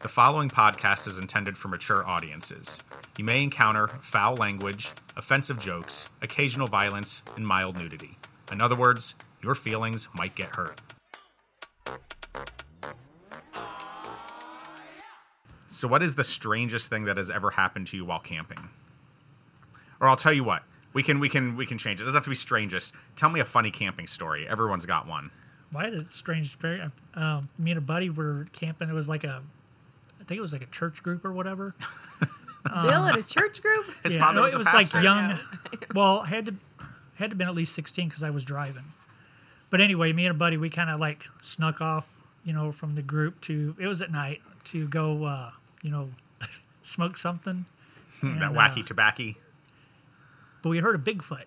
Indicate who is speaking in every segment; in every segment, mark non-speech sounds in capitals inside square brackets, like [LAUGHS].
Speaker 1: The following podcast is intended for mature audiences. You may encounter foul language, offensive jokes, occasional violence, and mild nudity. In other words, your feelings might get hurt. So, what is the strangest thing that has ever happened to you while camping? Or I'll tell you what. We can we can we can change it. It doesn't have to be strangest. Tell me a funny camping story. Everyone's got one.
Speaker 2: Why the strange experience? Um, me and a buddy were camping. It was like a, I think it was like a church group or whatever.
Speaker 3: Bill at a
Speaker 1: [LAUGHS]
Speaker 3: church group?
Speaker 1: His
Speaker 2: Yeah,
Speaker 1: father
Speaker 2: no,
Speaker 1: was
Speaker 2: it
Speaker 1: a
Speaker 2: was
Speaker 1: pastor.
Speaker 2: like young.
Speaker 3: Yeah.
Speaker 2: [LAUGHS] well, I had to had to been at least sixteen because I was driving. But anyway, me and a buddy, we kind of like snuck off, you know, from the group to it was at night to go, uh, you know, [LAUGHS] smoke something.
Speaker 1: Hmm, that
Speaker 2: and,
Speaker 1: wacky
Speaker 2: uh,
Speaker 1: tobacco.
Speaker 2: But we heard a Bigfoot.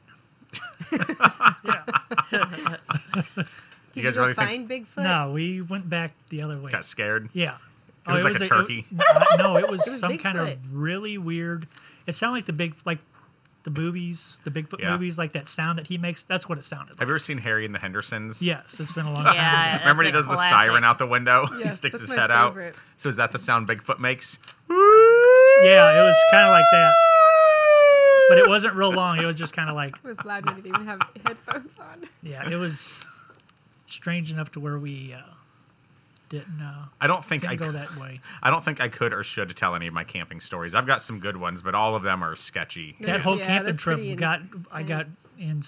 Speaker 2: yeah.
Speaker 3: Did you,
Speaker 1: guys
Speaker 3: go
Speaker 1: really think-
Speaker 3: find Bigfoot?
Speaker 2: No, we went back the other way.
Speaker 1: Got scared.
Speaker 2: Yeah. Oh,
Speaker 1: It was like a
Speaker 2: [LAUGHS]
Speaker 1: turkey.
Speaker 2: it- uh, no, it was,
Speaker 3: was
Speaker 2: some kind
Speaker 3: Bigfoot.
Speaker 2: of really weird. It sounded like the big, like the movies, the Bigfoot
Speaker 1: Yeah.
Speaker 2: movies, like that sound that he makes. That's what it sounded
Speaker 1: Have
Speaker 2: like.
Speaker 1: you ever seen Harry and the Hendersons?
Speaker 2: Yes, it's been a long time.
Speaker 1: [LAUGHS]
Speaker 4: Yeah.
Speaker 1: Remember when he
Speaker 4: that's
Speaker 1: does
Speaker 4: a
Speaker 1: the
Speaker 4: classic.
Speaker 1: siren out the window? [LAUGHS] he
Speaker 3: Yes,
Speaker 1: sticks
Speaker 3: that's
Speaker 1: his
Speaker 3: my
Speaker 1: head
Speaker 3: favorite.
Speaker 1: out. So is that the sound Bigfoot makes?
Speaker 2: Yeah, it was kind of like that, but it wasn't real long. It was just kind of like,
Speaker 3: It was loud. We didn't even have [LAUGHS] headphones on.
Speaker 2: yeah, it was strange enough to where we uh, didn't uh,
Speaker 1: I don't think
Speaker 2: didn't
Speaker 1: I
Speaker 2: go
Speaker 1: c-
Speaker 2: that
Speaker 1: [LAUGHS]
Speaker 2: way.
Speaker 1: I don't think I could or should tell any of my camping stories. I've got some good ones, but all of them are sketchy.
Speaker 3: Yeah,
Speaker 2: That whole
Speaker 3: they're
Speaker 2: camping
Speaker 3: pretty
Speaker 2: trip got, I got in.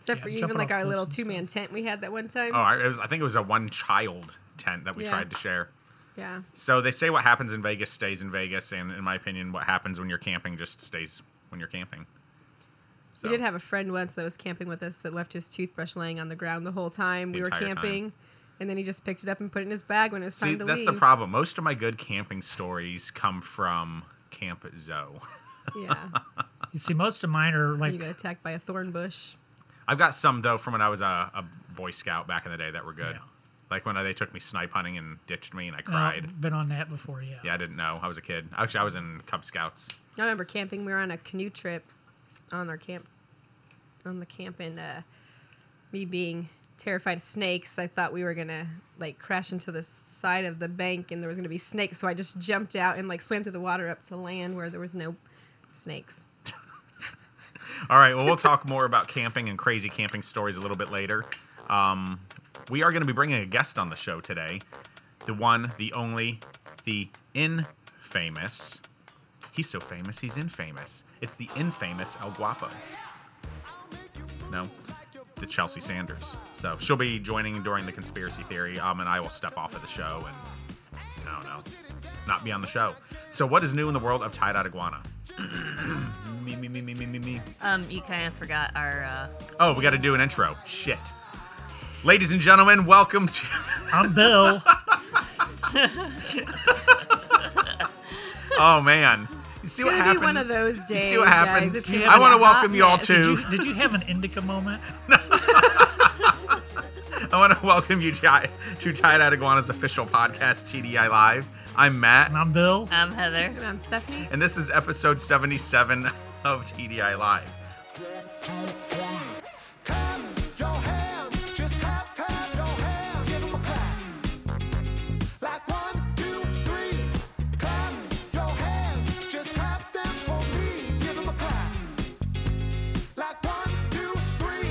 Speaker 3: Except
Speaker 2: Yeah,
Speaker 3: for even
Speaker 2: jumping
Speaker 3: like
Speaker 2: off
Speaker 3: our little
Speaker 2: cliffs and
Speaker 3: two man tent we had that one time.
Speaker 1: Oh, I, it was, I think it was a one child tent that we
Speaker 3: Yeah.
Speaker 1: tried to share.
Speaker 3: Yeah.
Speaker 1: So they say what happens in Vegas stays in Vegas, and in my opinion, what happens when you're camping just stays when you're camping. So
Speaker 3: We did have a friend once that was camping with us that left his toothbrush laying on the ground the whole time
Speaker 1: The
Speaker 3: we were
Speaker 1: entire time.
Speaker 3: camping. And then he just picked it up and put it in his bag when it was
Speaker 1: see
Speaker 3: time to
Speaker 1: that's
Speaker 3: leave.
Speaker 1: the problem. Most of my good camping stories come from Camp Zoe.
Speaker 2: [LAUGHS]
Speaker 3: Yeah.
Speaker 2: You see, most of mine are
Speaker 3: you
Speaker 2: like
Speaker 3: got attacked by a thorn bush.
Speaker 1: I've got some though from when I was a, a Boy Scout back in the day that were good.
Speaker 2: Yeah.
Speaker 1: Like when they took me snipe hunting and ditched me, and I
Speaker 2: uh,
Speaker 1: cried.
Speaker 2: been on that before. Yeah.
Speaker 1: Yeah, I didn't know. I was a kid. Actually, I was in Cub Scouts.
Speaker 3: I remember camping. We were on a canoe trip on our camp, on the camp, and uh, me being terrified of snakes, I thought we were gonna like crash into the side of the bank and there was gonna be snakes. So I just jumped out and like swam through the water up to land where there was no snakes.
Speaker 1: All right. Well, we'll talk more about camping and crazy camping stories a little bit later. Um, we are going to be bringing a guest on the show today. The one, the only, the infamous. He's so famous, he's infamous. It's the infamous El Guapo. No, the Chelsea Sanders. So she'll be joining during the conspiracy theory, um, and I will step off of the show and I don't know, not be on the show. So, what is new in the world of tie-dyed iguana? [CLEARS THROAT] me, me, me, me, me, me, me.
Speaker 4: Um, you kind of forgot our. Uh,
Speaker 1: Oh, we got to do an intro. Shit. Ladies and gentlemen, welcome to. [LAUGHS]
Speaker 2: I'm Bill.
Speaker 1: Oh man, you see what
Speaker 3: It's gonna
Speaker 1: happens.
Speaker 3: be one of those
Speaker 1: You see
Speaker 3: days,
Speaker 1: what
Speaker 3: guys.
Speaker 1: happens.
Speaker 3: It's
Speaker 2: gonna
Speaker 1: I
Speaker 2: be
Speaker 1: want
Speaker 3: a
Speaker 1: to welcome
Speaker 3: hot
Speaker 1: you all
Speaker 3: mess.
Speaker 2: Did
Speaker 1: to.
Speaker 2: you, did you have an indica moment?
Speaker 1: I want to welcome you to, to Tied Out Iguana's official podcast, TDI Live. I'm Matt,
Speaker 2: I'm Bill.
Speaker 4: I'm Heather.
Speaker 3: And I'm Stephanie.
Speaker 1: and this is episode 77 of TDI Live.
Speaker 5: Clap your hands, just clap, clap your hands, give 'em a clap. Like one, two, three. Clap your hands, just clap them for me, give 'em a clap. Like one, two, three.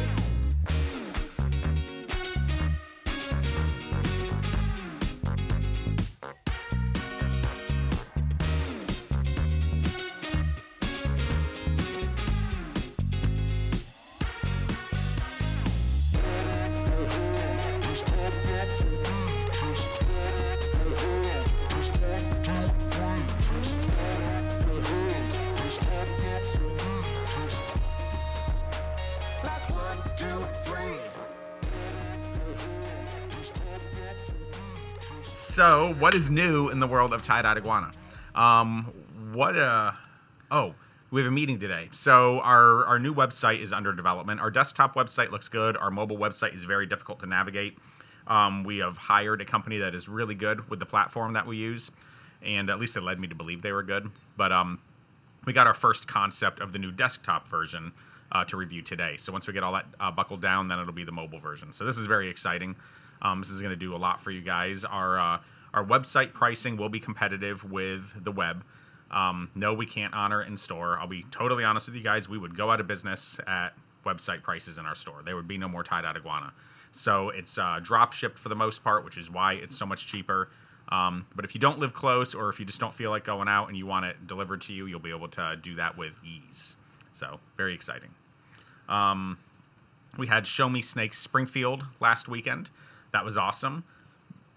Speaker 5: Like one, two, three.
Speaker 1: So, what is new in the world of tie-dyed iguana? Um, what uh oh, we have a meeting today. So our our new website is under development. Our desktop website looks good. Our mobile website is very difficult to navigate. Um, we have hired a company that is really good with the platform that we use, and at least it led me to believe they were good. But um, we got our first concept of the new desktop version uh, to review today. So once we get all that uh, buckled down, then it'll be the mobile version. So this is very exciting. Um, this is going to do a lot for you guys. Our uh, Our website pricing will be competitive with the web. Um, no, we can't honor it in store. I'll be totally honest with you guys. We would go out of business at website prices in our store. There would be no more tied out iguana. So it's uh, drop shipped for the most part, which is why it's so much cheaper. Um, but if you don't live close or if you just don't feel like going out and you want it delivered to you, you'll be able to do that with ease. So very exciting. Um, we had Show Me Snakes Springfield last weekend. That was awesome.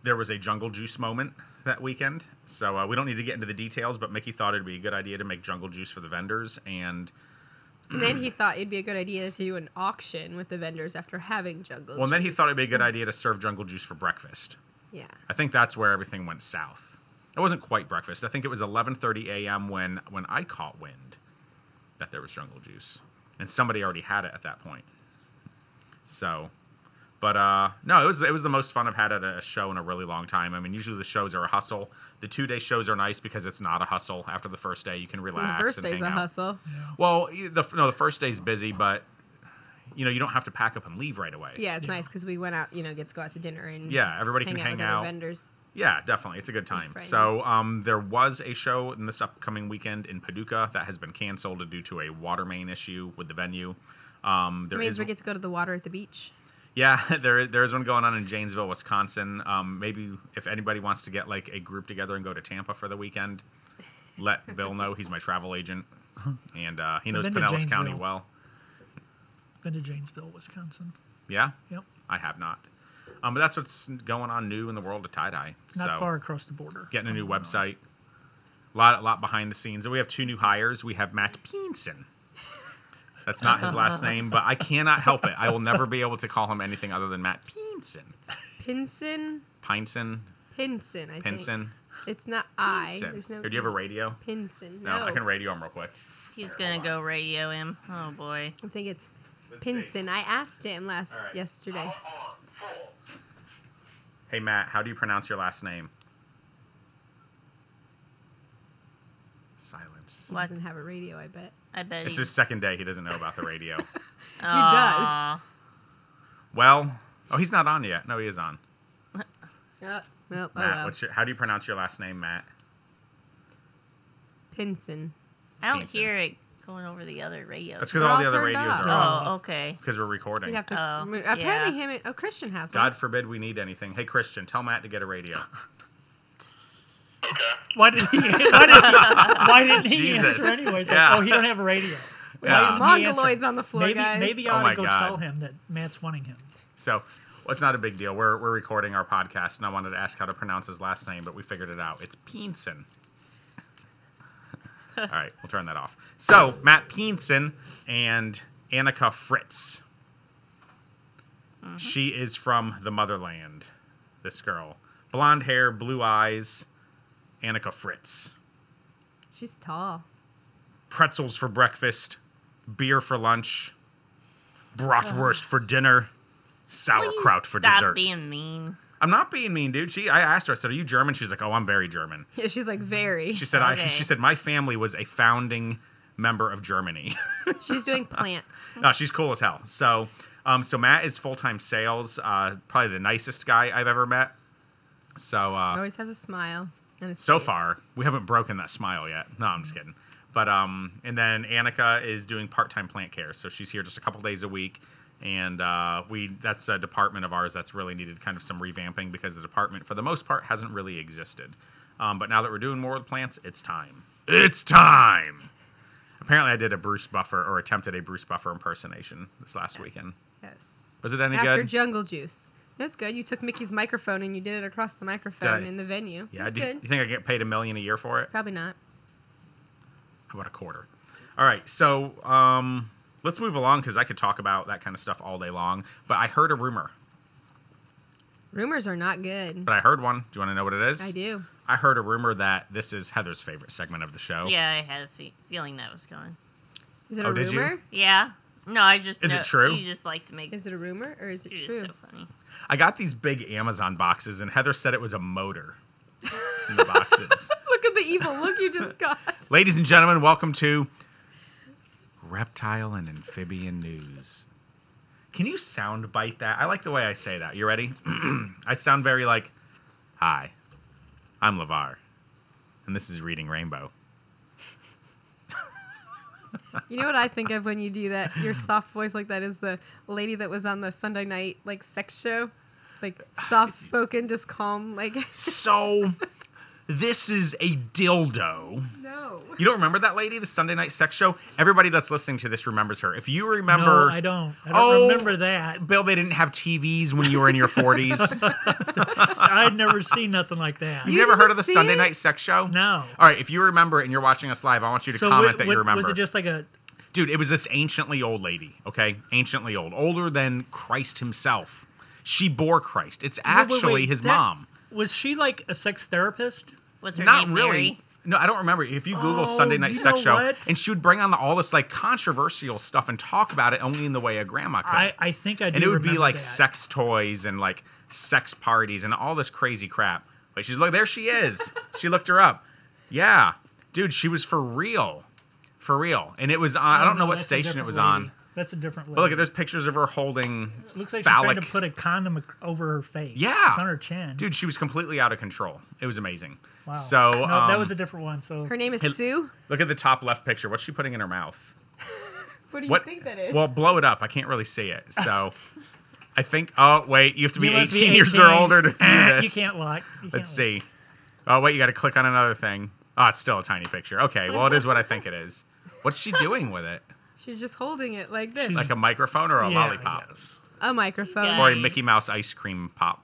Speaker 1: There was a Jungle Juice moment that weekend. So uh, we don't need to get into the details, but Mickey thought it'd be a good idea to make Jungle Juice for the vendors. And
Speaker 3: And then he thought it'd be a good idea to do an auction with the vendors after having jungle.
Speaker 1: well, and then he
Speaker 3: Juice.
Speaker 1: thought it'd be a good idea to serve Jungle Juice for breakfast.
Speaker 3: Yeah.
Speaker 1: I think that's where everything went south. It wasn't quite breakfast. I think it was 11:30 a.m. when when I caught wind that there was jungle juice, and somebody already had it at that point. So, but uh, no, it was it was the most fun I've had at a show in a really long time. I mean, usually the shows are a hustle. The two day shows are nice because it's not a hustle. After the first day, you can
Speaker 3: The
Speaker 1: relax.
Speaker 3: first
Speaker 1: and
Speaker 3: day's
Speaker 1: hang
Speaker 3: a
Speaker 1: out.
Speaker 3: hustle.
Speaker 1: Well, you- the no, the first day's busy, but you know you don't have to pack up and leave right away.
Speaker 3: Yeah, it's
Speaker 2: Yeah.
Speaker 3: nice 'cause nice because we went out, you know, get to go out to dinner and
Speaker 1: Yeah, everybody can hang
Speaker 3: with other
Speaker 1: out.
Speaker 3: vendors.
Speaker 1: Yeah, definitely. It's a good time.
Speaker 3: friends.
Speaker 1: So um, there was a show in this upcoming weekend in Paducah that has been canceled due to a water main issue with the venue. Um,
Speaker 3: It
Speaker 1: there
Speaker 3: means
Speaker 1: is,
Speaker 3: we get to go to the water at the beach.
Speaker 1: yeah, [LAUGHS] there there is one going on in Janesville, Wisconsin. Um, maybe if anybody wants to get like a group together and go to Tampa for the weekend, let Bill know. He's my travel agent, and uh, he knows
Speaker 2: been to
Speaker 1: Pinellas County
Speaker 2: Janesville.
Speaker 1: well.
Speaker 2: Been to Janesville, Wisconsin.
Speaker 1: Yeah,
Speaker 2: Yep.
Speaker 1: I have not. Um, but that's what's going on new in the world of tie dye.
Speaker 2: It's not
Speaker 1: so.
Speaker 2: far across the border.
Speaker 1: getting a new website. A lot, lot behind the scenes. And we have two new hires. We have Matt Peenson. That's not his last name, but I cannot help it. I will never be able to call him anything other than Matt Peenson.
Speaker 3: Pinson,
Speaker 1: Pinson,
Speaker 3: Pinson, I think.
Speaker 1: Pinson,
Speaker 3: It's not I.
Speaker 1: Pinson.
Speaker 3: There's no. E.
Speaker 1: Or do you have a radio?
Speaker 3: Pinson?
Speaker 1: No,
Speaker 3: No,
Speaker 1: I can radio him real quick.
Speaker 4: He's
Speaker 1: Here,
Speaker 4: gonna
Speaker 1: hold
Speaker 4: go radio him. Oh boy.
Speaker 3: I think it's
Speaker 1: Let's see.
Speaker 3: Pinson. I asked him last
Speaker 1: All right.
Speaker 3: yesterday.
Speaker 1: Hey Matt, how do you pronounce your last name? Silence.
Speaker 3: He
Speaker 4: What?
Speaker 3: doesn't have a radio, I bet.
Speaker 4: I bet
Speaker 1: It's
Speaker 4: he,
Speaker 1: his second day. He doesn't know about the
Speaker 3: [LAUGHS]
Speaker 1: radio.
Speaker 4: Aw.
Speaker 1: well, oh, he's not on yet. No, he is on.
Speaker 3: Oh, well, oh,
Speaker 1: Matt,
Speaker 3: well.
Speaker 1: what's your, how do you pronounce your last name, Matt?
Speaker 3: Pinson.
Speaker 4: I don't
Speaker 1: Pinson.
Speaker 4: hear it going over the other radio.
Speaker 1: That's uh, because
Speaker 3: They're
Speaker 1: all
Speaker 3: all
Speaker 1: the other
Speaker 3: turned
Speaker 1: radios
Speaker 3: up.
Speaker 1: are
Speaker 2: They're
Speaker 1: off
Speaker 2: all-
Speaker 4: Oh, okay.
Speaker 1: because we're recording.
Speaker 3: You'd have to.
Speaker 4: Oh,
Speaker 3: move- Apparently,
Speaker 4: yeah.
Speaker 3: him. And, oh, Christian has one.
Speaker 1: God forbid we need anything. Hey, Christian, tell Matt to get a
Speaker 3: [LAUGHS]
Speaker 1: radio.
Speaker 2: Why did he? Why didn't he, why didn't he
Speaker 1: Jesus.
Speaker 2: answer anyways? Like,
Speaker 1: Yeah.
Speaker 2: oh, he don't have a
Speaker 3: [LAUGHS]
Speaker 2: radio.
Speaker 1: Yeah.
Speaker 2: Why didn't he answer?
Speaker 3: Mongoloid's on the floor,
Speaker 2: maybe
Speaker 3: guys.
Speaker 2: maybe
Speaker 1: Oh
Speaker 2: I ought
Speaker 1: my
Speaker 2: to go
Speaker 1: God.
Speaker 2: tell him that Matt's wanting him.
Speaker 1: So, well, it's not a big deal. We're, we're recording our podcast, and I wanted to ask how to pronounce his last name, but we figured it out. It's Peenson.
Speaker 3: [LAUGHS]
Speaker 1: all right, we'll turn that off. So, Matt Peenson and Annika Fritz.
Speaker 3: Mm-hmm.
Speaker 1: She is from the motherland, this girl. Blonde hair, blue eyes, Annika Fritz.
Speaker 3: She's tall. [LAUGHS]
Speaker 1: pretzels for breakfast, beer for lunch, bratwurst for dinner, sauerkraut for
Speaker 4: Stop
Speaker 1: dessert.
Speaker 4: being mean.
Speaker 1: I'm not being mean, dude. She, I asked her. I said, "Are you German?" She's like, "Oh, I'm very German."
Speaker 3: Yeah, she's like very.
Speaker 1: She said, "I."
Speaker 4: Okay.
Speaker 1: She said, "My family was a founding member of Germany." [LAUGHS]
Speaker 3: She's doing plants.
Speaker 1: no, she's cool as hell. So, um, so Matt is full time sales. Uh, probably the nicest guy I've ever met. So, uh,
Speaker 3: Always has a smile. And a
Speaker 1: so
Speaker 3: face.
Speaker 1: far we haven't broken that smile yet no i'm just kidding but um and then annika is doing part-time plant care so she's here just a couple days a week and uh, we that's a department of ours that's really needed kind of some revamping because the department for the most part hasn't really existed um, but now that we're doing more with plants it's time it's time apparently i did a bruce buffer or attempted a bruce buffer impersonation this last weekend
Speaker 3: Yes.
Speaker 1: was it any
Speaker 3: After
Speaker 1: good
Speaker 3: Jungle Juice. That's good. You took Mickey's microphone and you did it across the microphone
Speaker 1: Did I-
Speaker 3: in the venue.
Speaker 1: yeah
Speaker 3: That's
Speaker 1: do,
Speaker 3: good.
Speaker 1: you think i get paid a million a year for it
Speaker 3: Probably not.
Speaker 1: How about a quarter? All right, so um, let's move along because I could talk about that kind of stuff all day long. But I heard a rumor,
Speaker 3: Rumors are not good.
Speaker 1: but I heard one. Do you want to know what it is?
Speaker 3: I do.
Speaker 1: I heard a rumor that this is Heather's favorite segment of the show.
Speaker 4: Yeah, I had a fe- feeling that was going.
Speaker 3: Is it
Speaker 1: Oh,
Speaker 3: a
Speaker 1: did you?
Speaker 3: rumor?
Speaker 4: Yeah. No, I just.
Speaker 1: Is it
Speaker 4: know-
Speaker 1: true?
Speaker 4: You just like to make.
Speaker 3: Is it a rumor or is it
Speaker 4: You're
Speaker 3: true?
Speaker 4: just so funny.
Speaker 1: I got these big Amazon boxes, and Heather said it was a motor in the boxes.
Speaker 3: Look at the evil look you [LAUGHS] just got.
Speaker 1: Ladies and gentlemen, welcome to Reptile and Amphibian News. Can you [CLEARS THROAT] sound bite that? I like the way I say that. You ready? I sound very like, hi, I'm LeVar, and this is Reading Rainbow.
Speaker 3: You know what I think of when you do that? Your soft voice like that is the lady that was on the Sunday night like sex show, like soft spoken, just calm. Like [LAUGHS]
Speaker 1: So, [LAUGHS] this is a dildo.
Speaker 3: no,
Speaker 1: You don't remember that lady, the Sunday night sex show? Everybody that's listening to this remembers her. If you remember,
Speaker 2: No, I don't. I don't
Speaker 1: Oh. [LAUGHS]
Speaker 2: remember that.
Speaker 1: Bill, they didn't have TVs when you were in your
Speaker 2: [LAUGHS]
Speaker 1: 40s.
Speaker 2: I'd never seen nothing like that.
Speaker 1: you never heard of the
Speaker 3: didn't see
Speaker 1: Sunday
Speaker 3: it?
Speaker 1: night sex show?
Speaker 2: No.
Speaker 1: All right, if you remember it and you're watching us live, I want you to
Speaker 2: what-
Speaker 1: comment that
Speaker 2: what-
Speaker 1: you remember.
Speaker 2: was it just like a?
Speaker 1: Dude, it was this anciently old lady, okay? Anciently old, older than Christ himself. She bore Christ. It's
Speaker 2: wait, wait,
Speaker 1: actually
Speaker 2: wait,
Speaker 1: his
Speaker 2: that-
Speaker 1: mom.
Speaker 2: Was she like a sex therapist?
Speaker 4: What's her
Speaker 1: Not
Speaker 4: name?
Speaker 1: really.
Speaker 4: Mary?
Speaker 1: No, I don't remember. If you Google
Speaker 2: Oh,
Speaker 1: Sunday Night
Speaker 2: you
Speaker 1: Sex
Speaker 2: know
Speaker 1: Show,
Speaker 2: what?
Speaker 1: and she would bring on the, all this like controversial stuff and talk about it only in the way a grandma could.
Speaker 2: I, I think I do.
Speaker 1: and it would be
Speaker 2: remember
Speaker 1: like
Speaker 2: that.
Speaker 1: sex toys and like sex parties and all this crazy crap. Like she's like, there she
Speaker 2: [LAUGHS]
Speaker 1: is. she looked her up. Yeah, dude, she was for real, for real. And it was on. I don't, know what
Speaker 2: that's a
Speaker 1: station it
Speaker 2: different
Speaker 1: was
Speaker 2: lady.
Speaker 1: on.
Speaker 2: That's a different. Lady.
Speaker 1: But look, there's pictures of her holding
Speaker 2: Looks like she's
Speaker 1: phallic.
Speaker 2: trying to put a condom ac- over her face.
Speaker 1: Yeah.
Speaker 2: it's on her chin.
Speaker 1: dude, she was completely out of control. It was amazing.
Speaker 2: wow.
Speaker 1: So
Speaker 2: no,
Speaker 1: um,
Speaker 2: that was a different one. So
Speaker 3: her name is
Speaker 1: Hey,
Speaker 3: Sue.
Speaker 1: look at the top left picture. What's she putting in her mouth?
Speaker 3: What do you
Speaker 1: What?
Speaker 3: think that is?
Speaker 1: Well, blow it up. I can't really see it.
Speaker 2: [LAUGHS]
Speaker 1: So I think. Oh wait, you have to be,
Speaker 2: You must
Speaker 1: 18, years or
Speaker 2: 18.
Speaker 1: older to do
Speaker 2: Eh,
Speaker 1: this.
Speaker 2: [LAUGHS] You can't lock. You
Speaker 1: Let's
Speaker 2: can't
Speaker 1: see.
Speaker 2: lock.
Speaker 1: Oh wait, you got to click on another thing. Oh, it's still a tiny picture. Okay, well it is what I think it is. What's she doing with it?
Speaker 3: She's just holding it like this.
Speaker 2: She's-
Speaker 1: Like a microphone or a
Speaker 2: Yeah, I
Speaker 1: lollipop
Speaker 2: guess.
Speaker 3: a microphone.
Speaker 4: Yeah.
Speaker 1: or a
Speaker 4: Nice.
Speaker 1: Mickey Mouse ice cream pop?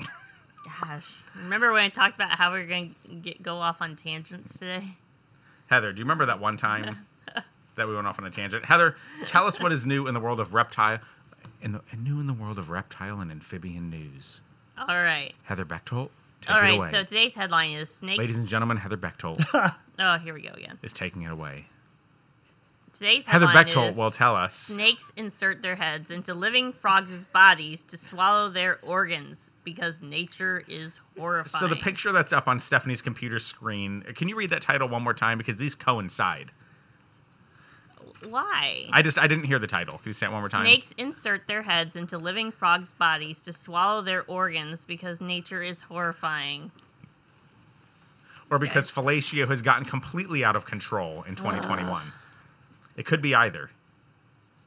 Speaker 4: Gosh, remember when I talked about how we were gonna get go off on tangents today?
Speaker 1: Heather, do you remember that one
Speaker 4: [LAUGHS]
Speaker 1: time that we went off on a tangent? Heather, tell us what is new in the world of reptile, in the new in the world of reptile and amphibian news.
Speaker 4: All right,
Speaker 1: Heather Bechtold, take
Speaker 4: all
Speaker 1: it
Speaker 4: right.
Speaker 1: away.
Speaker 4: So today's headline is snakes.
Speaker 1: Ladies and gentlemen, Heather
Speaker 4: [LAUGHS]
Speaker 1: Bechtold
Speaker 4: oh, here we go again.
Speaker 1: is taking it away.
Speaker 4: Today's
Speaker 1: Heather
Speaker 4: headline
Speaker 1: Bechtold
Speaker 4: is
Speaker 1: will tell us.
Speaker 4: snakes insert their heads into living frogs' bodies to swallow their organs because nature is horrifying.
Speaker 1: So the picture that's up on Stephanie's computer screen, can you read that title one more time because these coincide.
Speaker 4: Why?
Speaker 1: I just I didn't hear the title. Can you say it one more time?
Speaker 4: Snakes insert their heads into living frogs' bodies to swallow their organs because nature is horrifying.
Speaker 1: Or because fellatio has gotten completely out of control in 2021. It could be either.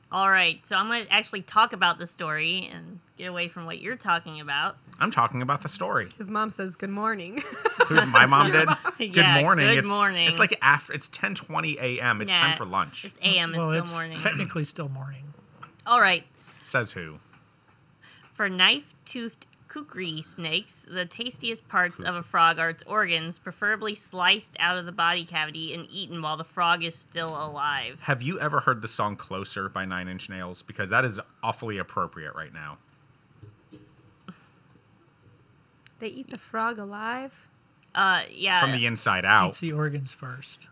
Speaker 4: All right, so I'm going to actually talk about the story and get away from what you're talking about.
Speaker 1: I'm talking about the
Speaker 4: [LAUGHS]
Speaker 1: story.
Speaker 3: His mom says good morning. [LAUGHS]
Speaker 1: Who's my mom did? Good
Speaker 4: Yeah,
Speaker 1: morning.
Speaker 4: good
Speaker 1: it's,
Speaker 4: morning.
Speaker 1: It's like after. It's 10:20 a.m. It's time
Speaker 4: Nah,
Speaker 1: for lunch.
Speaker 4: It's AM,
Speaker 2: well,
Speaker 4: it's
Speaker 2: it's
Speaker 4: still morning.
Speaker 2: technically still morning.
Speaker 4: All right,
Speaker 1: Says who?
Speaker 4: for knife-toothed kukri snakes, the tastiest parts of a frog are its organs, preferably sliced out of the body cavity and eaten while the frog is still alive.
Speaker 1: Have you ever heard the song "Closer" by Nine Inch Nails? Because that is awfully appropriate right now.
Speaker 3: they eat the frog alive.
Speaker 4: Uh, yeah.
Speaker 1: From the inside out.
Speaker 2: It's the organs first.